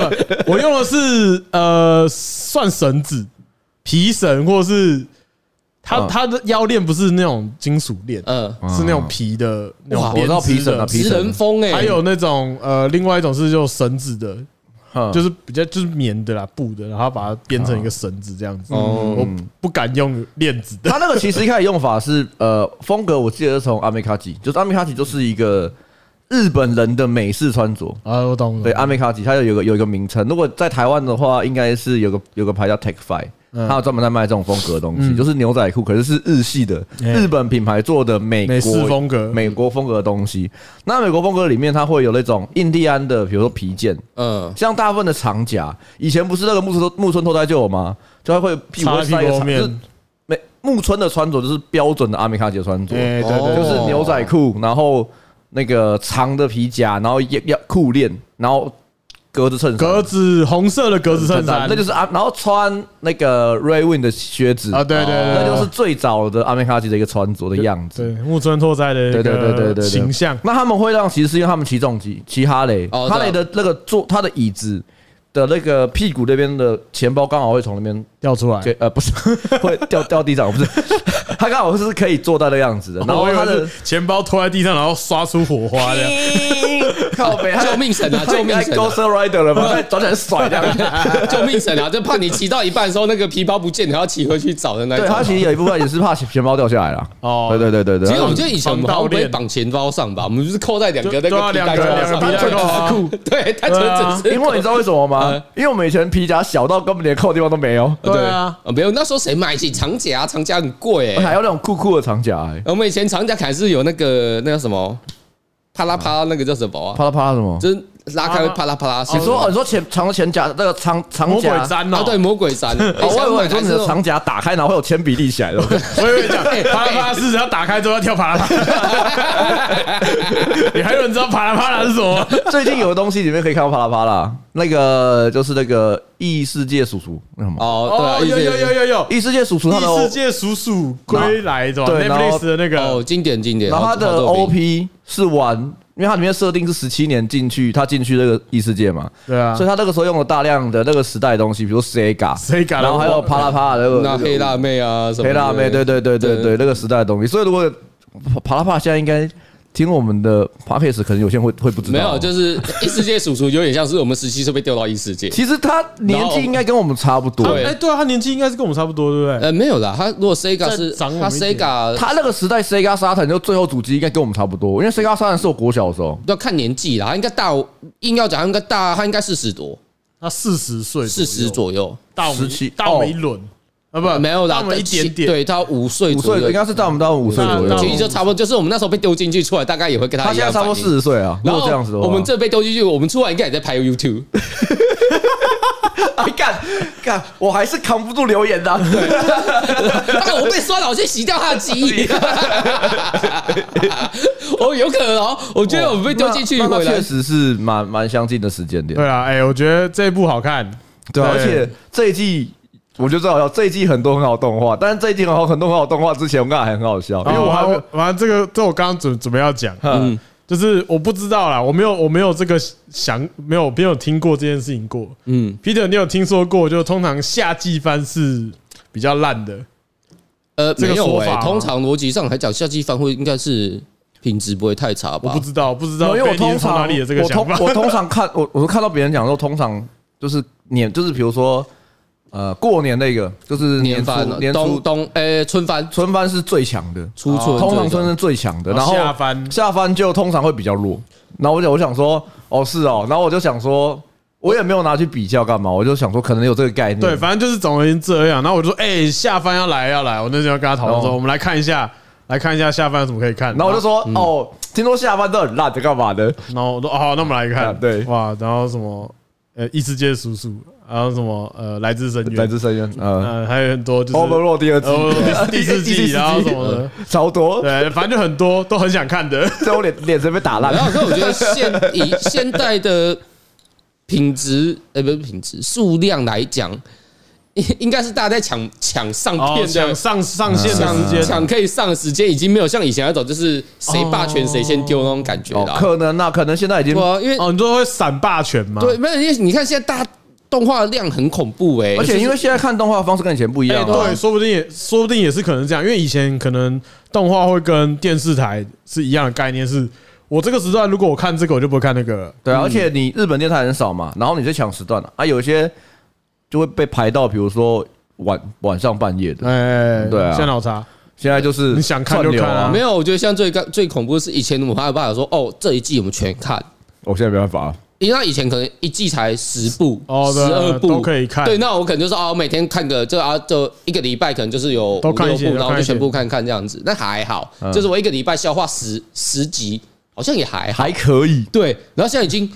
不，我用的是呃，算绳子、皮绳，或是它嗯它的腰链不是那种金属链，嗯，是那种皮的那呃哇种我知编道皮织绳啊的，皮食人蜂哎，还有那种呃，另外一种是就绳子的，哼就是比较就是棉的啦、布的，然后把它编成一个绳子这样啊子。哦我嗯不敢用链子的，它那个其实一开始用法是呃，风格我记得是从阿美卡吉，就是阿美卡吉就是一个日本人的美式穿着。啊，我懂了。对，阿美卡吉它有有个有一个名称，如果在台湾的话，应该是有个有个牌叫 Take Five，它有嗯专门在卖这种风格的东西，就是牛仔裤，可是是日系的哎日本品牌做的美国美式风格美国风格的东西。那美国风格里面，它会有那种印第安的，比如说皮件，嗯，像大部分的长夹，以前不是那个木村木村拓哉就有吗？就他会屁股插会屁塞一个股后长，就面是，没木村的穿着就是标准的阿美卡吉的穿着，哦哎，对对，就对是牛仔裤，然后那个长的皮夹，然后要要裤链，然后格子衬衫，格子红色的格子衬衫，那就是啊，然后穿那个 Ray Win 的靴子啊，，对对对，那就是最早的阿美卡吉的一个穿着的样子。对木村拓哉的一对对对对对个对形象。那他们会让，其实是因为他们骑重机，骑哈雷，哦哈雷的那个坐他的椅子的那个屁股那边的钱包刚好会从那边掉出来。哎给呃不是 [laughs] 会掉掉地上，不是， [laughs] 他刚好是可以坐到的样子的，哦然后我以他为的 [laughs] 是钱包拖在地上，然后刷出火花这样。靠背，救命绳啊，救命绳啊 Ghost Rider 了吧？转起来甩这 [laughs] 样。救命绳啊！就怕你骑到一半的时候，那个皮包不见，你还要骑回去找的那一对种。他其实有一部分也是怕钱包掉下来了。哦对对对对对，其实我们就以前我们好像不防盗会链绑钱包上吧，我们就是扣在两个那对啊个皮带扣两个上， [laughs] 两个皮带扣啊裤，对，它对啊纯只是因为你知道为什么吗嗯？因为我们以前皮夹小到根本连扣的地方都没有，对啊，哦没有那时候谁买起长夹？长夹很贵哎还，有那种酷酷的长夹，哎我们以前长夹还是有那个那个什么啪啦啪啦那个叫什么啊？啪啦啪啦什么？就是拉开会啪啦啪啦。你说哦你说前长前夹那个长长魔鬼夹，粘啊，哦，对，魔鬼山。哎哦，我以为我你说你的长夹打开然后会有铅笔立起来的，我以为讲哎啪啦啪啦是要打开之后要跳啪啦啪啦。你还有人知道啪啦啪啦是什么吗？ [laughs] 最近有个东西里面可以看到啪啦啪啦，那个就是那个异世界叔叔，那什么？哦，对有啊，有有有有有，异世界叔叔他的异世界鼠鼠归来的吧对然后？Netflix 的那哦，个，经典经典。然后它的好作品 OP 是玩，因为它里面设定是十七年进去，他进去那个异世界嘛，对啊所以他那个时候用了大量的那个时代的东西，比如 Sega、 Sega 然后还有啪啦啪啦那个那黑辣妹啊，什么的黑辣妹，对对对对对，那个时代的东西。所以如果啪啦啪啦现在应该听我们的 podcast，可能有些人会会不知道，没有，就是异世界叔叔有点像是我们十七岁被调到异世界。其实他年纪应该跟我们差不多。对哎，对啊，他年纪应该是跟我们差不多，对不对？呃，没有啦，他如果 Sega 是，再长我他们一点 Sega 他那个时代 Sega 沙腾就最后主机应该跟我们差不多，因为 Sega 沙腾是我国小的时候，要看年纪啦，他应该大我，硬要讲他应该大，他应该四十多，他四十岁左右，四十左右，大我们一17大我们一轮啊，不没有啦，大我们一点点，对他五五岁左岁右，应该是在我们到五岁左那那其右实。就差不多，就是我们那时候被丢进去出来，大概也会跟他一现在样的差反不应。多四十岁啊，如然果后这样子的话， [laughs] 我们这被丢进去，我们出来应该也在拍 YouTube。哎干干，我还是扛不住留言的啊、 [laughs] 但我被刷了，我先洗掉他的记忆。我有可能哦，我觉得我被丢进去那哦那回来确。实是蛮蛮相近的时间点对。啊，哎，我觉得这一部好看，对啊，而对且这一季我就知道，这一季很多很好动画，但是这一季很好很多很好动画之前，我刚才还很好笑，因因为为我哦我还没有还完这个，这我刚刚准准备 [laughs] 要讲，哦嗯就是我不知道啦，我没有我没有这个想，没有没有听过这件事情过。嗯， Peter，你有听说过？就通常夏季番是比较烂的，呃，这个没有说哎、哦法吗通常逻辑上来讲，夏季饭会应该是品质不会太差我吧不？知道，不知道，因为我通从常哪里有这个我想通法？我通常看我我看到别人讲说，通常就是年就是比如说呃过年那个就是年年初番、年初冬冬诶、春番、春番是最强的，初春、通常春是最强的，哦然后下番下番就通常会比较弱。然后我就我想说，哦是哦，然后我就想说，我也没有拿去比较干嘛，我就想说可能有这个概念。 [laughs] 对，反正就是总而言之这样。然后我就说，哎，下番要来要来，我那时候跟他讨论说，哦我们来看一下，来看一下下番有什么可以看。然后我就说，嗯哦，听说下番都很烂，在干嘛的？然后我说哦，好那我们来啊看，对哇，然后什么呃异世界叔叔，然后什么呃来自深来渊，自深渊，嗯呃还有很多就是，Overlord 第二季 [laughs] 呃，第四季，然后什么的，超多，对，反正就很多都很想看的。最后脸脸直接被打烂然。后，可我觉得现以现代的品质，呃，不是品质，数量来讲，应应该是大家在抢抢上 [laughs] 哦，片想的。上上线的时抢间，抢可以上的时间已经没有像以前那种，就是谁霸权谁先丢那种感觉哦了，。可能啊，可能现在已经对，啊，因为哦，你说会闪霸权吗？对，没有，因为你看现在大动画量很恐怖哎，而且因为现在看动画的方式跟以前不一样哎，啊，对，说不定也说不定也是可能这样，因为以前可能动画会跟电视台是一样的概念，是我这个时段如果我看这个，我就不会看那个了。对啊，而且你日本电台很少嘛，然后你在抢时段啊啊，有一些就会被排到，比如说晚晚上半夜的。哎，对啊现在老查，现在就是你想看就串流看啊没有，我觉得像最刚最恐怖的是以前我还有办法说哦，这一季我们全看，我现在没办法啊，因为他以前可能一季才十部、哦十对二部都可以看对，那我可能就是哦，每天看个这啊，就一个礼拜可能就是有五都六看一些嗯部，然都后看就一些全部看看这样子。那还好，就是我一个礼拜消化十十集，好像也还好。还可以。对，然后现在已经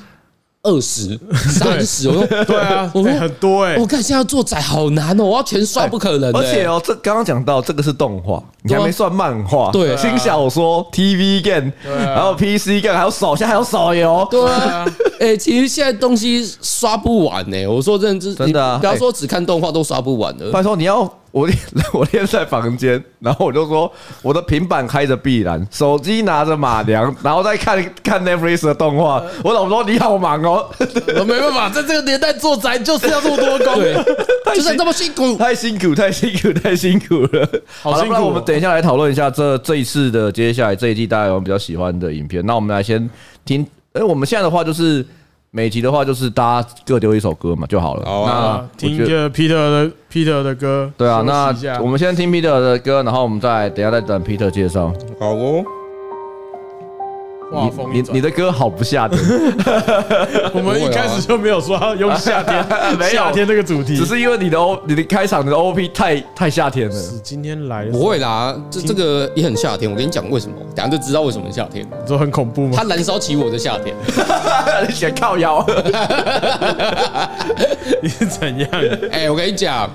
[laughs] 二十、三十，我说对啊，我哎很多哎我，看现在要做仔好难哦，我要全刷不可能欸的。哎而且哦，这刚刚讲到这个是动画，你还对啊没算漫画，对啊新小说、TV game，然后 PC game，还有手，现在还有手游，对啊，哎、其实现在东西刷不完呢、我说认真，真的啊你不要说只看动画都刷不完了。拜托你要我我练在房间，然后我就说我的平板开着碧蓝，手机拿着马良，然后再看看 Netflix 的动画。呃我老婆说你好忙哦，我没办法，在这个年代做宅就是要这么多工，就是这么辛 [laughs] 苦。太辛苦，太辛苦，太辛苦了。 [laughs] 好了辛不苦然哦我们等一下来讨论一下这这一次的接下来这一季大家有没有比较喜欢的影片。那我们来先听，哎，我们现在的话就是每集的话就是大家各丢一首歌嘛就好了。好啊那啊，听我觉得着 Peter 的 Peter 的歌，对啊，休息一那下我们先听 Peter 的歌，然后我们再等一下再等 Peter 介绍。好哦，画风你一你你转，的歌好不下等。我们一开始就没有说用 [laughs] 夏天 [laughs] 没有夏天这个主题，只是因为你的 O 你的开场的 OP 太太夏 [laughs] 天了，只今天来的时不候，会啦，这这个也很夏天。我跟你讲为什么，等下就知道为什么夏天，你说很恐怖吗它？燃烧起我的夏天。你写靠腰。 [laughs] 你是 [laughs] 怎样？哎、我跟你讲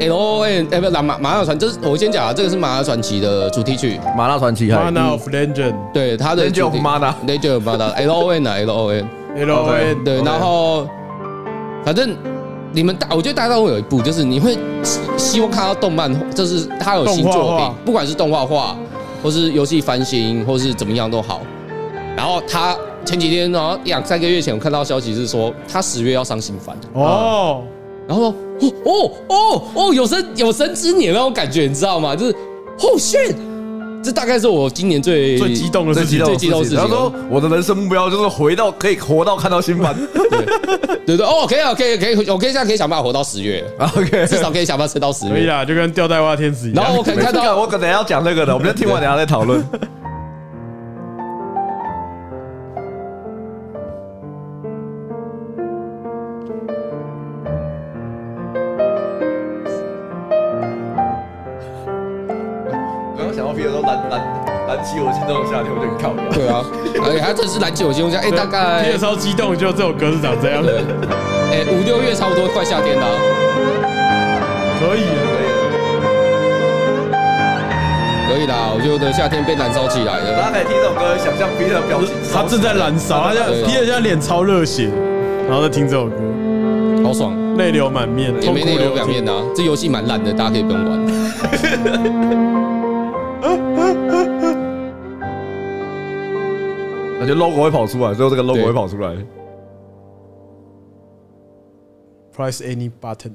，L O N 哎、不，马马上传，这是我先讲啊，这个是马上传奇的主题曲， [laughs] 麻辣传奇 m a 还 n a of Legend 对它的 Legend of Mana Legend of Mana L O N 啊 L O N。 L O N 哦对，然后反正你们大，我觉得大家都会有一部，就是你会希希望看到动漫，就是它有新动画作品化，不管是动画化，或是游戏翻新，或是怎么样都好。然后他前几天，然后两三个月前，我看到消息是说他十月要上新番，哦，然后说哦哦哦哦，有生有生之年那种感觉，你知道吗？就是哦 shit，这大概是我今年最最激动的最事激情动，嗯最激动的事情他说我的人生目标就是回到可以活到看到新版。对对哦，可以啊，可以可以，我可以现在可以想办法活到十月， OK，至少可以想办法撑到十可以啊月。啦，就跟吊带袜天使一样。然后我可能看到我可能要讲这个的，我们先听完等一下再讨 [laughs] 论。刚刚想到别的都懒懒。蓝旗我心中下天，我就很靠腰。对啊，而且他这是篮球金融家，哎，大听概得超激动，就这首歌是长这样，哎五六月差不多快夏天了啊。可以啊。可以啦，我觉得夏天被燃烧起大来家了。可以听这首歌，想象 Peter 的表情。他正在燃烧，他现在对皮尔现在脸超热血，然后在听这首歌，好爽，泪流满面，也痛没哭内流容表面涕。的、啊，这游戏蛮烂的，大家可以不用玩。感觉 logo 会跑出来，最后这个 logo 会跑出来。 Press any button，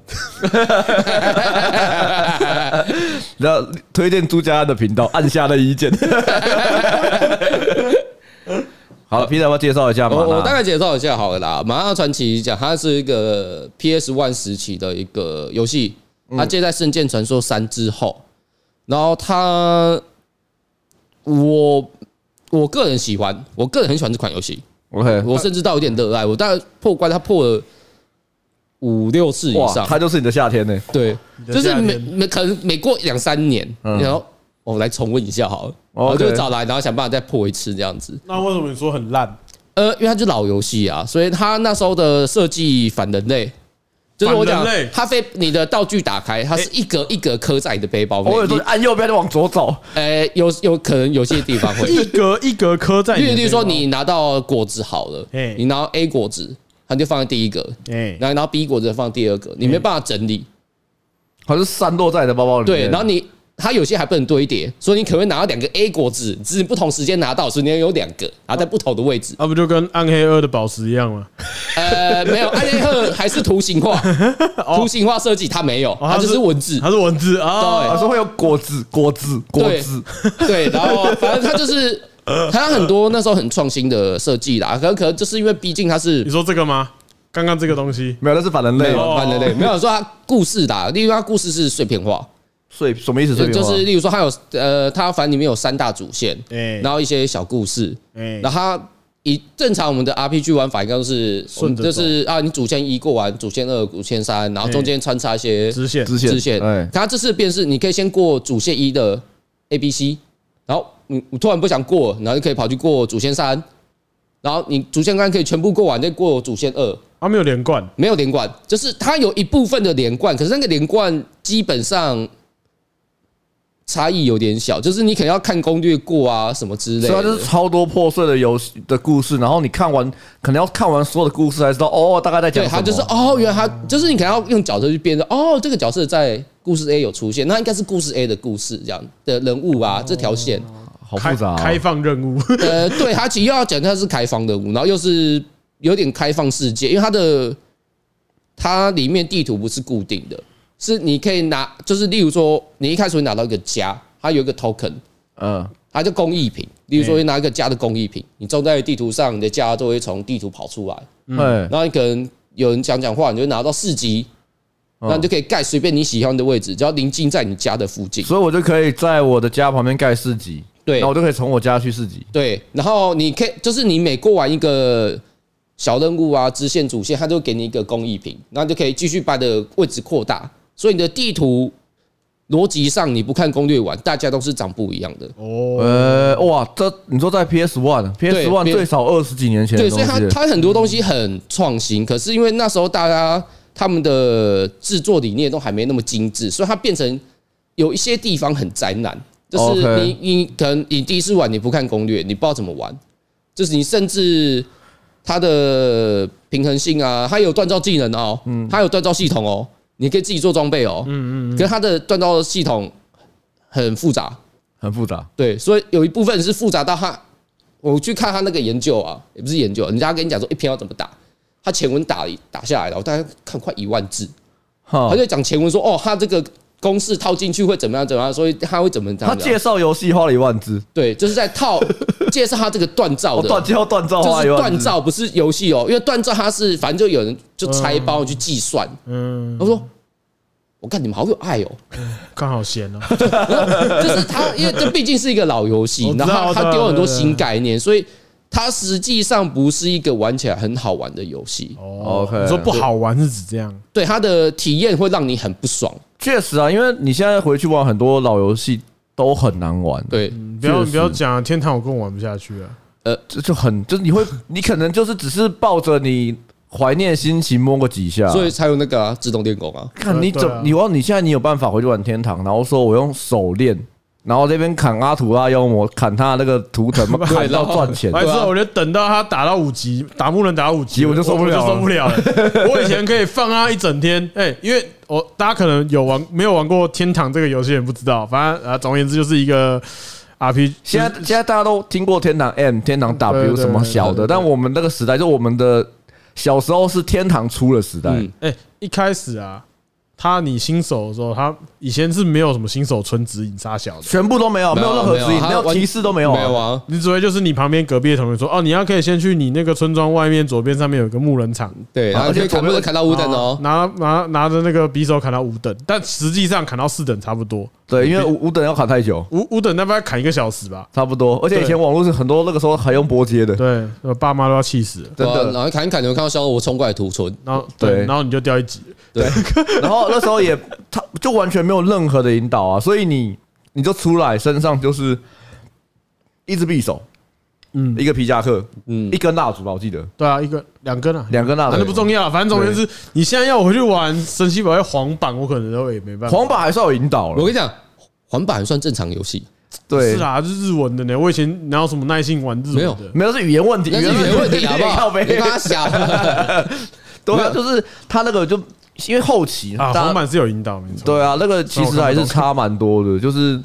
然后推荐朱家安的频道，按下那一键。 [laughs] 好了，Peter 要不要介绍一下我嘛？我大概介绍一下好了啦，《马纳传奇》讲它是一个 PS One 时期的一个游戏，嗯它接在《圣剑传说三》之后，然后它我我个人喜欢，我个人很喜欢这款游戏， OK，我甚至到有点热爱，我大概破关它破了五六次以哇，上，他就是你的夏天呢。对，的就是夏每天每可能每过两三年，嗯哦然后哦我来重温一下好了， OK 我就找来，然后想办法再破一次这样子。 [laughs] 那为什么你说很烂？呃，因为它是老游戏啊，所以它那时候的设计反人类，就是我讲反人类，它非你的道具打开，它是一格一格刻在你的背包内我有。时你候按右边就往左走，呃，有有可能有些地方 [laughs] 会，一格一格刻在你的例背包。如说你拿到果子好了嘿，你拿到 A 果子，它就放在第一格，哎，然后你拿到 B 果子放第二格，你没办法整理。好像是散落在你的包包里面。对，然后你它有些还不能堆叠，所以你可能会拿到两个 A 果子，只是不同时间拿到，所以你要有两个，然后在不同的位置。那不就跟暗黑二的宝石一样吗？呃，没有，艾利克还是图形 [laughs] 化，图形化设计它没有，它就是文字。哦它哦是文字对啊。他说会有果子，果子，果子。对，然后反正它就是它很多那时候很创新的设计啦，可能可能就是因为毕竟它是你说这个吗？刚刚这个东西，没有，那是反人没类有反人类，没有说它故事啦，例如它故事是碎片化，碎，什么意思？碎片就就化是例如说它有呃，它反正里面有三大主线，哎然后一些小故事，哎然，后它以正常我们的 RPG 玩法应该都是顺着走就是啊，你主线一过完，主线二、主线三，然后中间穿插一些直线直线，支线哎。它这次便是你可以先过主线一的 A、B、C，然后你你突然不想过，然后就可以跑去过主线三，然后你主线三可以全部过完，再过主线二，它没有连贯，没有连贯，就是它有一部分的连贯，可是那个连贯基本上。差异有点小，就是你可能要看攻略过啊什么之类所以它就的是。超多破碎的游戏的故事，然后你看完，可能要看完所有的故事才知道哦，大概在讲对，什么。他就是哦，原来他就是你可能要用角色去辨认，哦，这个角色在故事 A 有出现，那应该是故事 A 的故事这样的人物啊，这条线。好开复杂哦，开放任务， [laughs] 呃，对，它其实又要讲它是开放的舞，然后又是有点开放世界，因为它的它里面地图不是固定的，是你可以拿，就是例如说你一开始会拿到一个家，它有一个 token，嗯，它叫工艺品，例如说你拿一个家的工艺品，你种在地图上，你的家都会从地图跑出来，哎，然后你可能有人讲讲话，你就拿到市集。那你嗯就可以盖随便你喜欢的位置，只要临近在你家的附近。所以我就可以在我的家旁边盖市集，对然后我就可以从我家去市集。对，然后你可以就是你每过完一个小任务啊、支线、主线，它就会给你一个工艺品，然后就可以继续把你的位置扩大。所以你的地图逻辑上，你不看攻略玩，大家都是长不一样的。哦呃，哇，这你说在 PS One，PS 哦对 One 别最少二十几年前的对，东所以它西了，它很多东西很创新，可是因为那时候大家他们的制作理念都还没那么精致，所以它变成有一些地方很宅男，就是 OK 你你可能你第一次玩你不看攻略，你不知道怎么玩，就是你甚至它的平衡性啊，它有锻造技能哦，它有锻造系统哦，你可以自己做装备哦，嗯嗯，可是它的锻造系统很复杂，很复杂。对，所以有一部分是复杂到他，我去看他那个研究啊，也不是研究，人家跟你讲说一哎篇要怎么打，他前文打打下来了，我大概看快一万字，哈他，就讲前文说哦，他这个公式套进去会怎么样怎么样，所以他会怎么怎他么介样，啊绍游戏花了一万字，对，就是在套 [laughs] 介绍他这个锻造哦，的。锻介绍锻造啊就花了是一万锻字，造，不是游戏嗯哦，因为锻造它是反正就有人就拆包去计算。嗯，我说，我看你们好有爱哦，刚好闲哦。 [laughs] [laughs] 就是它，因为这毕竟是一个老游戏我，知道然后它对啊它丢很多对啊新概念，所以它实际上不是一个玩起来很好玩的游戏。哦 OK 你说不好玩是指这样？对它的体验会让你很不爽。确实啊，因为你现在回去玩很多老游戏，都很难玩，，对，不要确实不要讲啊天堂，我更玩不下去啊了。这就很就是你会你可能就是只是抱着你怀念心情摸个几嗯下，所以才有那个啊，自动电工啊，看你怎对啊你忘你现在你有办法回去玩天堂，然后说我用手练，然后这边砍阿图阿妖魔，砍他那个图腾， [laughs] 砍到赚钱完。之哎后我就等到他打到五级，打木人打到五级，啊我就受不了了我就受不 [laughs] 了了。我以前可以放他一整天，哎，因为我大家可能有玩没有玩过《天堂》这个游戏，也不知道。反正啊，总而言之就是一个 RPG。现在现在大家都听过天堂 M、天堂对 W 对什么小对对的，但我们那个时代，就我们的小时候是天堂出的时代，嗯，哎、一开始啊，他你新手的时候，他以前是没有什么新手村指引杀小的，全部都没有，没有任何指引，他没有完提示都没有啊，没有啊，你只会就是你旁边隔壁的同学说，哦，你要可以先去你那个村庄外面左边上面有一个木人场，对，啊然后而且就砍左边不砍到五等哦，啊拿拿拿着那个匕首砍到五等，但实际上砍到四等差不多，对，因为五五等要砍太久，五五等那不要砍一个小时吧？差不多。而且以对前网络是很多那个时候还用拨接的，对，我爸妈都要气死了。真对啊的。然后砍一砍，你们看到哦小我冲过来屠村，然后对，对然后你就掉一级，然后那时候也他就完全没有任何的引导啊，所以你你就出来身上就是一支匕首，嗯嗯，一个皮夹克，嗯一，根蜡烛吧，我记得对啊，一个两根啊，两根蜡啊烛那不重要，反正总而言之，你现在要我回去玩神奇宝贝黄版，我可能都也没办法。黄板还是要有引导我跟了，你讲，环板算正常游戏，对是，啊，是日文的呢，我以前哪有什么耐心玩日文没有的？没有是语言问题，那是没问题好不靠好？背 [laughs] 你妈小，对没啊，有就是他那个就因为后期啊，哦大黄家版是有引导，没错。对啊，那个其实还是差蛮多的。就是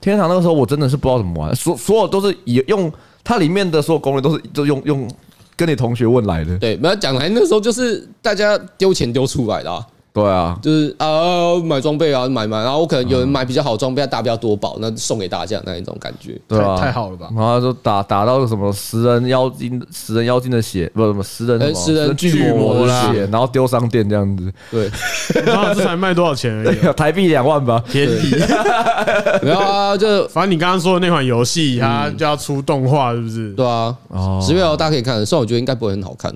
天堂那个时候，我真的是不知道怎么玩，所所有都是以用它里面的所有攻略都是就用用跟你同学问来的。对，没有讲来那时候就是大家丢钱丢出来的、啊，对啊，就是啊买装备啊买买，然后我可嗯能有人买比较好装备，大家比较多宝，那送给大家那一种感觉。对啊，太太好了吧然后就打打到什么食人妖精、食人妖精的血，不是什么食人什么呃食人巨巨魔的啦血，然后丢商店这样子， [laughs] 对，然后这才卖多少钱而已啊。对，台币两万 [laughs] 吧。天理！没有啊，就反正你刚刚说的那款游戏，它就要出动画，是不是？对啊，哦十月号大家可以看，虽然我觉得应该不会很好看，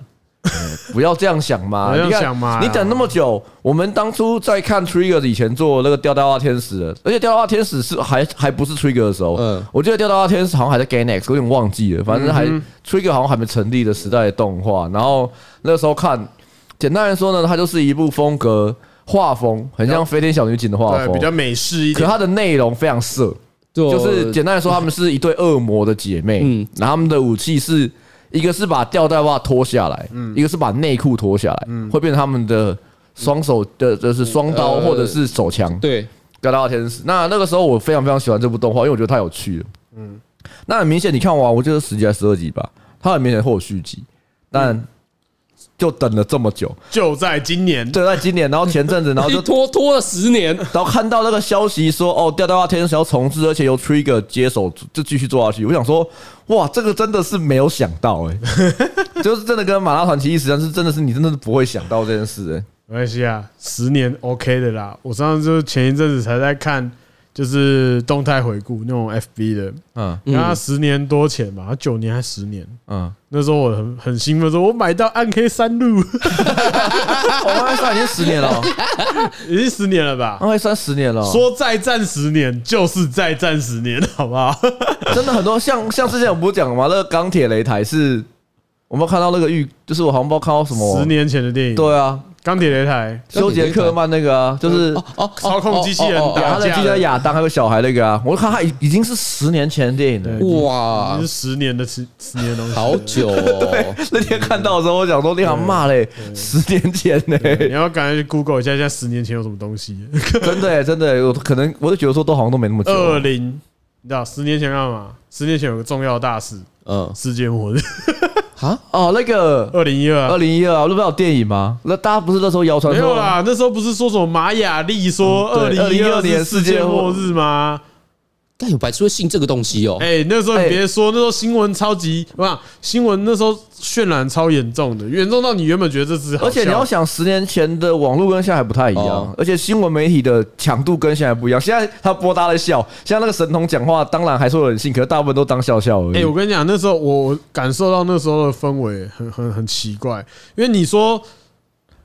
不要这样想嘛！不要你看想嘛你等那么久，我们当初在看 Trigger 以前做那个《吊带袜天使》的，而且《吊带袜天使是》还还不是 Trigger 的时候，嗯我记得《吊带袜天使》好像还在 Gainax，我有点忘记了，反正还、Trigger 嗯好像还没成立的时代的动画。然后那时候看，简单来说呢，它就是一部风格画风很像《飞天小女警》的画对，风比，较美式一可点。它的内容非常色，就就是简单来说，他们是一对恶魔的姐妹，哦嗯然后他们的武器是一个是把吊带袜脱下来，嗯一个是把内裤脱下来，会变成他们的双手的就是双刀呃或者是手枪，对，吊带袜天使。那那个时候我非常非常喜欢这部动画，因为我觉得太有趣了。嗯，那很明显你看完，我记得十集还是十二集吧，它很明显会有续集，但嗯就等了这么久，就在今年，对，在今年，然后前阵子，然后 [laughs] 一就拖拖了十年，然后看到那个消息说，哦，吊带袜天使要重置，而且由 Trigger 接手，就继续做下去。我想说，哇，这个真的是没有想到哎、就是真的跟马拉团奇异实际上是真的是你真的是不会想到这件事哎、没关系啊，十年 OK 的啦。我上次就是前一阵子才在看，就是动态回顾那种 FB 的，嗯然后他十年多前吧，他九年还十年。嗯，那时候我很很兴奋，说我买到暗黑三路，我们还算已经十年了哦，已经十年了吧？我还算十年了哦，说再战十年，就是再战十年，好不好？真的很多像像之前我不是讲嘛，那个钢铁雷台是，我们看到那个预，就是我好像不知道看到什么十，年前的电影，《对啊，钢铁擂台修杰克曼那个啊，就是哦，操控机器人哦哦他的记者亚当还有小孩那个啊，我看他已已经是十年前的电影了》。哇啊 [laughs] 已经，是十年的十十年的东西， [laughs] 好。久哦，那天看到的时候，我想说，你好骂嘞，十年前呢、你要赶快去 Google 一下，现在十年前有什么 [laughs] 东西？真的、欸、真的、欸，我可能我就觉得说，都好像都没那么久。二零，你知道十年前干嘛？十年前有个重要大事，嗯，世界末日。 [laughs] 哈，哦，那个二零一二二，零一二，那不是有电影吗？那大家不是那时候谣传没有说，啦，那时候不是说什么玛雅历说二嗯对零一二2012年世界末日吗？但有白痴会信这个东西哦，哎、那时候你哎别说，那时候新闻超级不是啊新闻，那时候渲染超严重的，严重到你原本觉得这只好笑，而且你要想，十年前的网络跟现在还不太一样哦，而且新闻媒体的强度跟现在不一样。现在他播大家在笑，现在那个神童讲话，当然还是有人信，可是大部分都当笑笑而哎、已我。跟你讲，那时候我我感受到那时候的氛围很很很奇怪，因为你说。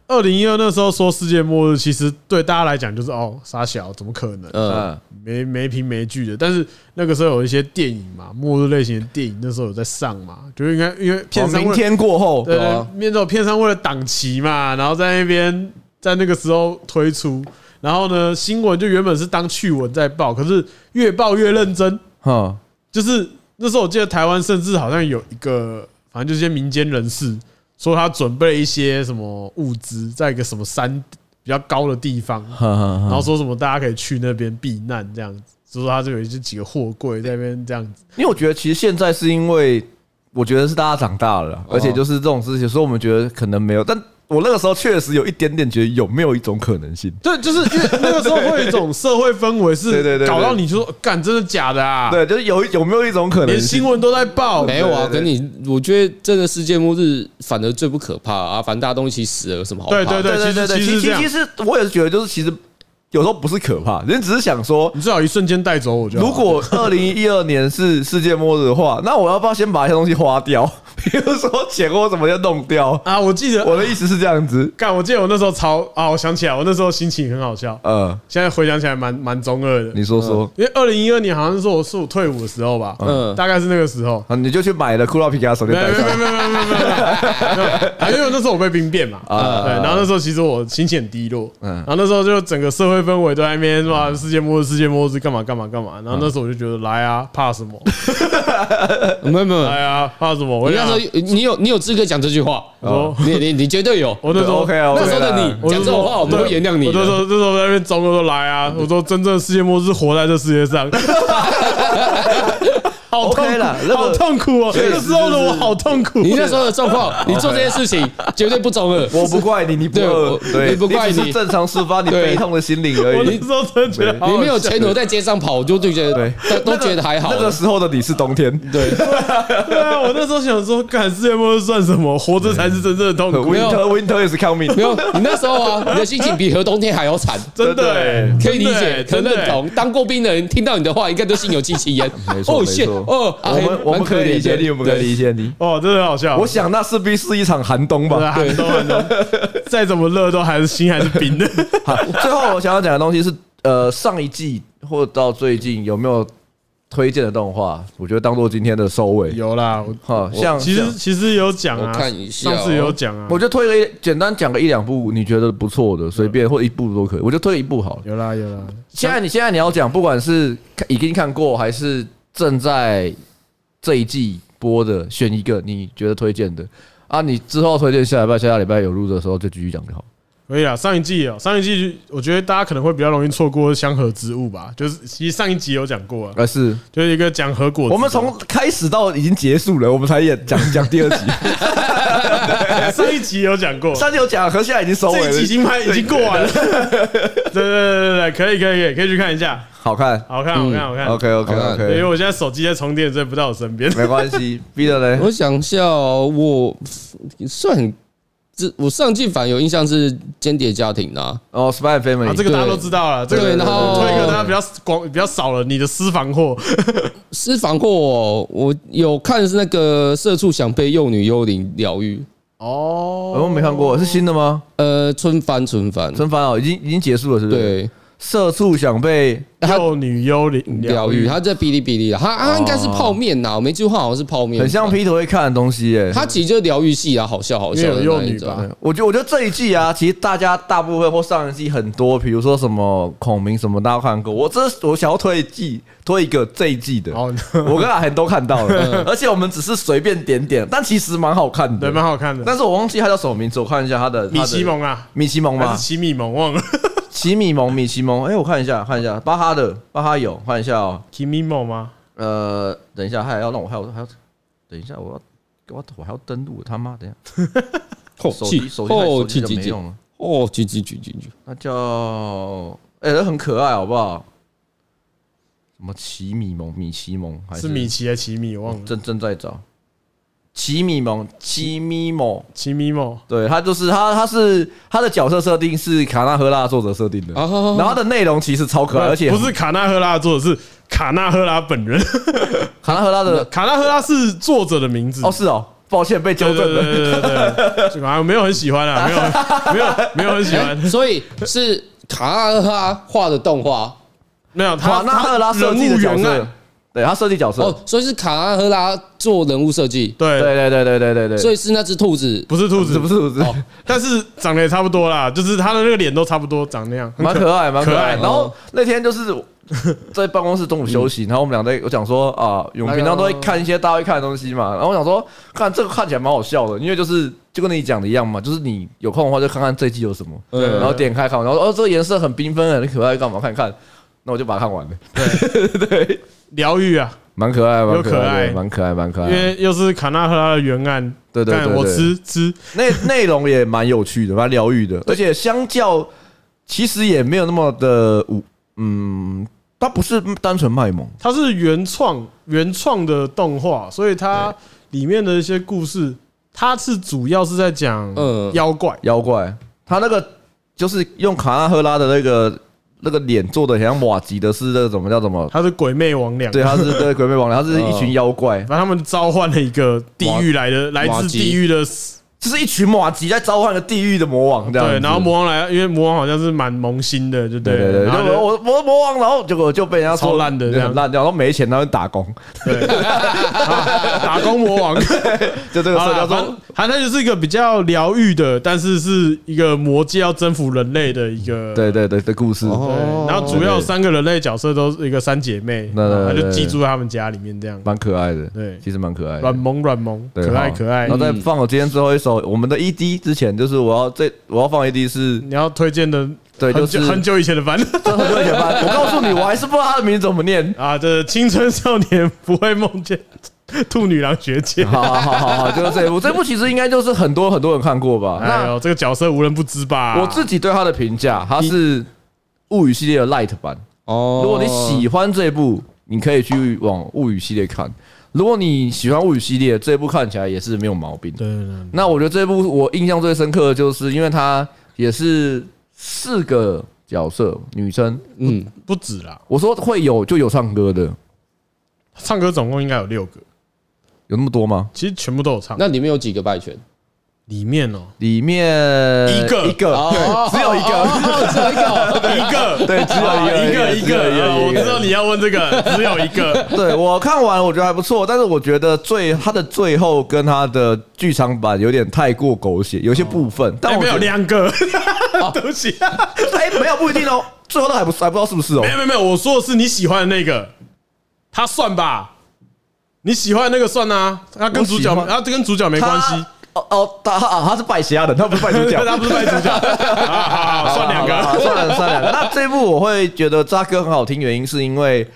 二零一二那时候说世界末日，其实对大家来讲就是哦傻小，怎么可能？嗯，嗯，没没凭没据的。但是那个时候有一些电影嘛，末日类型的电影，那时候有在上嘛，就是应该因为片哦商明为天过后，嗯对有对啊，面罩片商为了档期嘛，然后在那边在那个时候推出，然后呢，新闻就原本是当趣闻在报，可是越报越认真，哼，就是那时候我记得台湾甚至好像有一个，反正就是一些民间人士说他准备了一些什么物资，在一个什么山比较高的地方，哼哼哼然后说什么大家可以去那边避难这样子，就说他这有一些几个货柜在那边这样子，因为我觉得其实现在是因为我觉得是大家长大了，而且就是这种事情，所以我们觉得可能没有，但我那个时候确实有一点点觉得有没有一种可能性。对，就是因为那个时候会有一种社会氛对对围是对对搞到你就说干真的假的啊？对，就是有有没有一种可能连新性？闻都在报，没有啊，跟你，我觉得真的世界末日反而最不可怕啊，反正大家都一起死了，有什么好怕的？对对对对对，其实其其实是这实样其实我也是觉得，就是其实有时候不是可怕，人只是想说，你最好一瞬间带走我就好。如果二零一二年是世界末日的话，那我要不要先把一些东西花掉？比如说钱或什么要弄掉？啊，我记得我我的意思是这样子，干，我记得我那时候超啊，我想起来，我那时候心情很好笑，呃，现在回想起来蛮蛮中二的。你说说，因为二零一二年好像是我是我退伍的时候吧，嗯大概是那个时候。啊，你就去买了库拉皮卡手没电有没戴有没有上没有没有没有没有没有，啊因为那时候我被兵变嘛，啊对，然后那时候其实我心情很低落，嗯然后那时候就整个社会氛围都在那边哇，世界末日世界末日干嘛干嘛干嘛，然后那时候我就觉得来啊，怕什么？没有没有，哎来啊，怕什么？我你就那想时候你有你有资格讲这句话，哎哦我说你你你绝对有。我那时候 OK 啊那 OK 时候的啦你讲这种话，我们会原谅你我那时的。候那时候在那边装，我说来啊，我说真正的世界末日是活在这世界上。好痛 OK 啦苦，那个好痛苦哦！以那时候的我好痛苦。你那时候的状况，你做这些事情绝对不中二。我不怪你，你不对饿我，对，你不怪只是你正常抒发你对悲痛的心灵而我那已。时候真的觉得好好笑你没有前途在街上跑，我就就觉得对，都都觉得还好那。个时候的你是冬天，对，对啊，我那时候想说，干世界末日算什么？活着才是真正的痛苦，有 Winter Winter is coming。没有你那时候啊，你的心情比何冬天还要惨，真的欸可以理解，可真的欸认同。当过兵的人听到你的话，应该都心有戚戚焉。没错，哦没谢错。哦，啊我们我蛮们可以理解怜的你，我们可以理解你。哦，真的很好笑。我想那势必是一场寒冬对啊吧。寒冬寒冬，再怎么热都还是心还是冰的。好，最后我想要讲的东西是，呃，上一季或到最近有没有推荐的动画？我觉得当做今天的收尾。有啦，我哈，像其实其实有讲我啊，看一下哦上次有讲啊我，就推了一简单讲个一两部你觉得不错的，随便或一部都可以，我就推一部好了。有啦有啦，现在你现在你要讲，不管是看已经看过还是正在这一季播的，选一个你觉得推荐的啊，你之后推荐下礼拜下下礼拜有录的时候就继续讲就好。可以啦，上一季哦，上一季我觉得大家可能会比较容易错过香河植物吧，就是其实上一集有讲过啊，而是就是一个讲核果子的，我们从开始到已经结束了，我们才演 [laughs] 讲讲第二集， [laughs] 上一集有讲过，上集有讲，可是现在已经收尾这一了集已，经拍已经过完了，对 [laughs] 对对对对，可以可以可以可以去看一下，好看。好看好看好看 OK OK 好看对因为 OK，我现在手机在充电，所以不在我身边。没关系。逼的嘞， [laughs] 我想一下哦，我算很这我上季反而有印象是《间谍家庭》呐，哦，Spy [laughs] 啊，这 Family，个大家都知道了，这个对然后推一个大家比较广比较少了，你的私房货私房货哦我有看是那个《社畜想被幼女幽灵疗愈》，哦我没看过，是新的吗？呃，春帆春帆，真烦哦，已经已经结束了，是不是？，对，社畜想被 [laughs] 幼女幽灵啊疗愈，他在哔哩哔哩啊，他他应该是泡面呐，我没记错好像是泡面，哦很像劈头会看的东西耶。他其实就是疗愈系啊，好笑好因为笑有的幼那一女种。吧，我觉得，我觉得这一季啊，其实大家大部分或上一季很多，比如说什么孔明什么，大家看过。我这我想要推一季，推一个这一季的，哦， [laughs] 我跟阿涵都看到了， [laughs] 而且我们只是随便点点，但其实蛮好看嗯对，的。蛮好看的。但是我忘记他叫什么名字，我看一下他的米奇，他的蒙啊，米奇蒙还吗是？奇米蒙忘了，奇米蒙，米奇蒙。哎，我看一下，看一下巴哈的，巴哈有，看一下哦。奇米蒙吗？呃，等一下，还要让我还有还要，等一下，我要我我还要登录，他妈，等一下，哦手气机手机太哦手机气就气没气用了。哦去去去去去，那叫哎，那很可爱，好不好？什么奇米蒙，米奇蒙还 [laughs] 是米奇还是奇米？忘了，正正在找奇米蒙，奇米蒙。奇米蒙。对他就是他，他是他的角色设定是卡纳赫拉作者设定的，啊好好好然后他的内容其实超可爱，而且哦不是卡纳赫拉做的，是卡纳赫拉本人。卡纳赫拉的卡纳赫拉是作者的名字哦，是哦，抱歉被纠对对正对了。对对对，啊，没有很喜欢啊，没有 [laughs] 没有没有很喜啊欢，哎所以是卡拉哈画的动画没有瓦他纳赫拉他设人计的物角原啊色案，，对他设计角色哦，，所以是卡拉赫拉做人物设计，对对对，对对对对对，所以是那只兔子不是兔子是不是不是，哦但是长得也差不多啦，就是他的那个脸都差不多长那样，很蛮可爱蛮可爱。哦可然后那天就是 [laughs] 在办公室中午休息，然后我们俩在我讲说啊，我们平常都会看一些大家会看的东西嘛，然后我想说看这个看起来蛮好笑的，因为就是就跟你讲的一样嘛，就是你有空的话就看看这季有什么，对然后点开看，然后说哦这个颜色很缤纷很可爱，干嘛看一看？那我就把它看完了，疗愈啊，蛮可爱，蛮又可可爱爱的，蛮可爱，蛮可爱因的。为又是卡纳赫拉的原案，嗯对对对干我对吃吃，内内容也蛮有趣的，蛮疗愈的，而且相较其实也没有那么的无，嗯，它不是单纯卖萌，它是原创原创的动画，所以它里面的一些故事，它是主要是在讲嗯妖怪，妖怪，它那个就是用卡纳赫拉的那个那个脸做的，像瓦吉的是那个什么叫什么？它是鬼魅魍魉，对，它是对鬼魅 [laughs] 王，它是嗯一群妖怪，把他们召唤了一个地狱来的，来瓦自基地狱的，就是一群瓦吉在召唤个地狱的魔王这样子。对，然后魔王来，因为魔王好像是蛮萌新的，就对对对对，了，然然后后就我魔魔王，然后结果就被人家说超烂的对这样很烂掉，然后没钱，他们打工，啊打工魔 [laughs] 王，就这个社好交啦啊反中正反正就是一个比较疗愈的，但是是一个魔界要征服人类的一个。对对对的故事。对然后主要三个人类角色都是一个三姐妹，对对对然后她就对寄住在他们家里面这样，蛮可爱的，对其实蛮可爱的，软萌软萌，对可爱好可爱然后。再放我今天最后一首，我们的 ED 之前就是我要这我要放 ED 是，你要推荐的，对，就很是久很久以前的番真的很久以前翻。我告诉你，我还是不知道他的名字怎么念。啊，这《青春少年不会梦见兔女郎学姐》。好好好好好，就是这一部，这部其实应该就是很多很多人看过吧。哎 [laughs] 那呦，这个角色无人不知吧？我自己对他的评价，他是物语系列的 Light 版。哦如果你喜欢这部，你可以去往物语系列看。如果你喜欢物语系列，这部看起来也是没有毛病的。对对对那我觉得这部我印象最深刻的就是，因为它也是四个角色女生，嗯不止啦，我说会有就有唱歌的，唱歌总共应该有六个，有那么多吗？其实全部都有唱。那里面有几个败犬？ [laughs] 里面哦，里面一个一个，哦对只有一个，哦，只有一个。一个，对，只啊有一一个个，一个，啊我知道你要问这个，只有一个。对我看完我觉得还不错，但是我觉得最它的最后跟它的剧场版有点太过狗血，有些部分， [laughs] 但哎，我没觉有得啊两个， [laughs] 对不起，哎没有不一定哦，最后都还不还不知道是不是哦没，有没有没有，我说的是你喜欢的那个，他算吧，你喜欢的那个算啊，他跟主角我喜欢啊，这跟主角没关系，他。哦哦，他啊他是拜其他人，他不是拜主 [laughs] 角，他不是 [laughs] 扮主角，好好好，算两好个，算了 [laughs] 算两个。那这部我会觉得扎歌很好听，原因是因为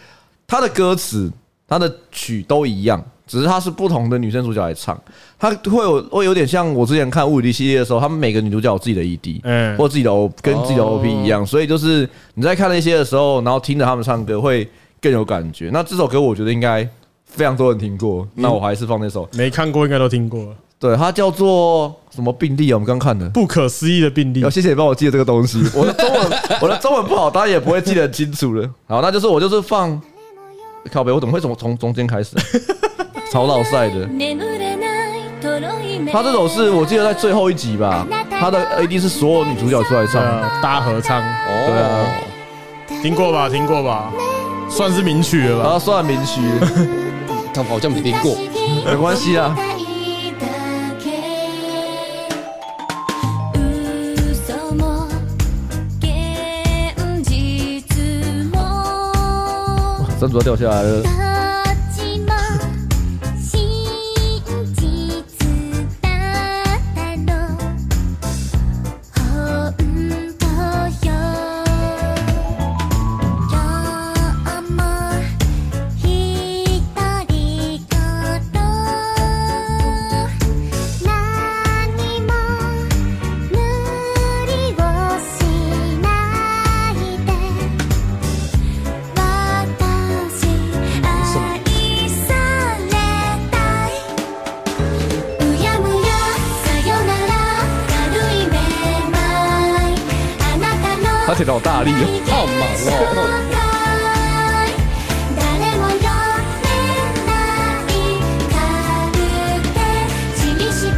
他的歌词、他的曲都一样，只是他是不同的女生主角来唱，他会有会有点像我之前看《物理系列》的时候，他们每个女主角有自己的 ED，嗯或自己的 O 跟自己的 OP 一样，所以就是你在看那些的时候，然后听着他们唱歌会更有感觉。那这首歌我觉得应该。非常多人听过，那我还是放那首。没看过应该都听过了，对，它叫做什么病例啊？我们刚看的，不可思议的病例要，谢谢你帮我记得这个东西。嗯 [laughs] 我的中文，我的中文不好，当然也不会记得很清楚了。好，那就是我就是放靠北，我怎么会从从中间开始啊、 [laughs] 超老赛的。他他这这首首是是我我记记得得在在最最后一集吧，他的 AD 是所有女主角出来唱对。啊，大合唱，对啊，听过吧，听过吧，算是名曲了然吧，后算名 [laughs] 曲，他好像没听过。没关系啊。嘘も現実も珍珠要掉下来了。たちも真実だったろ本当よ今日もひとりごと何も無理をしないで私愛されたいうやむやさよなら軽いめまいあなた他の铁好大力哦。好忙哦。誰も呼べない軽くて自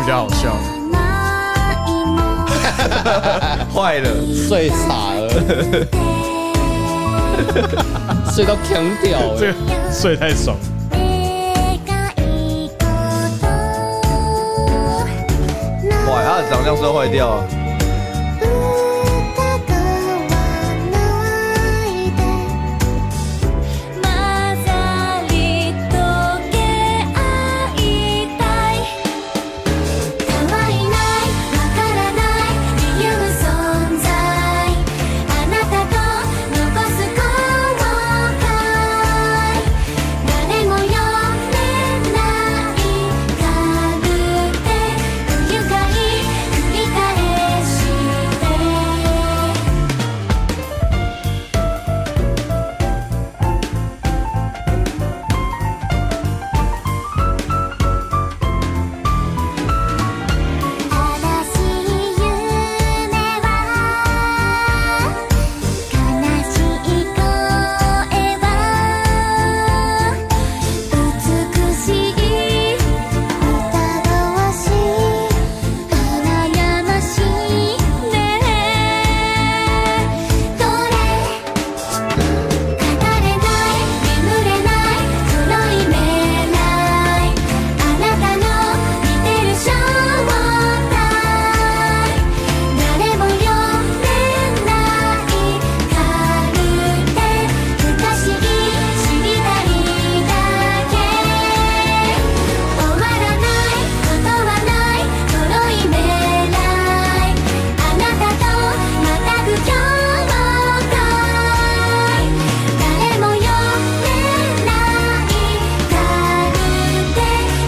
比较好笑。坏了，睡傻了，睡到腔掉了。这个睡太爽，坏，他的长相是坏掉 [laughs] 啊。混ざり溶け合いたい変わりないわからない自由存在あなたと残す後悔誰も呼べない軽くて不愉快繰り返して正しい夢は悲しい声は美しい疑わしい羨ましいねどれ語れない眠れない黒い目ないあなたの似てる正体誰も呼べない軽くて不可思議知りたいだけ終わらないことはない黒い目ないあなたとまたぐ今日か誰も呼んでない軽くて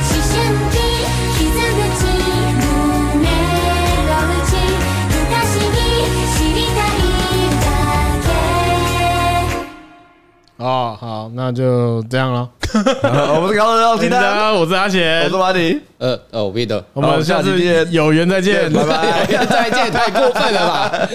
思春期傷口胸の内不可思議知りたいだけ啊，好，那就这样了。我们是高中大听的，家，啊我是阿我贤是，马迪，呃呃，我 Peter，我们好下下次期见 [laughs] 有缘再见，拜拜。再见，太过分了吧？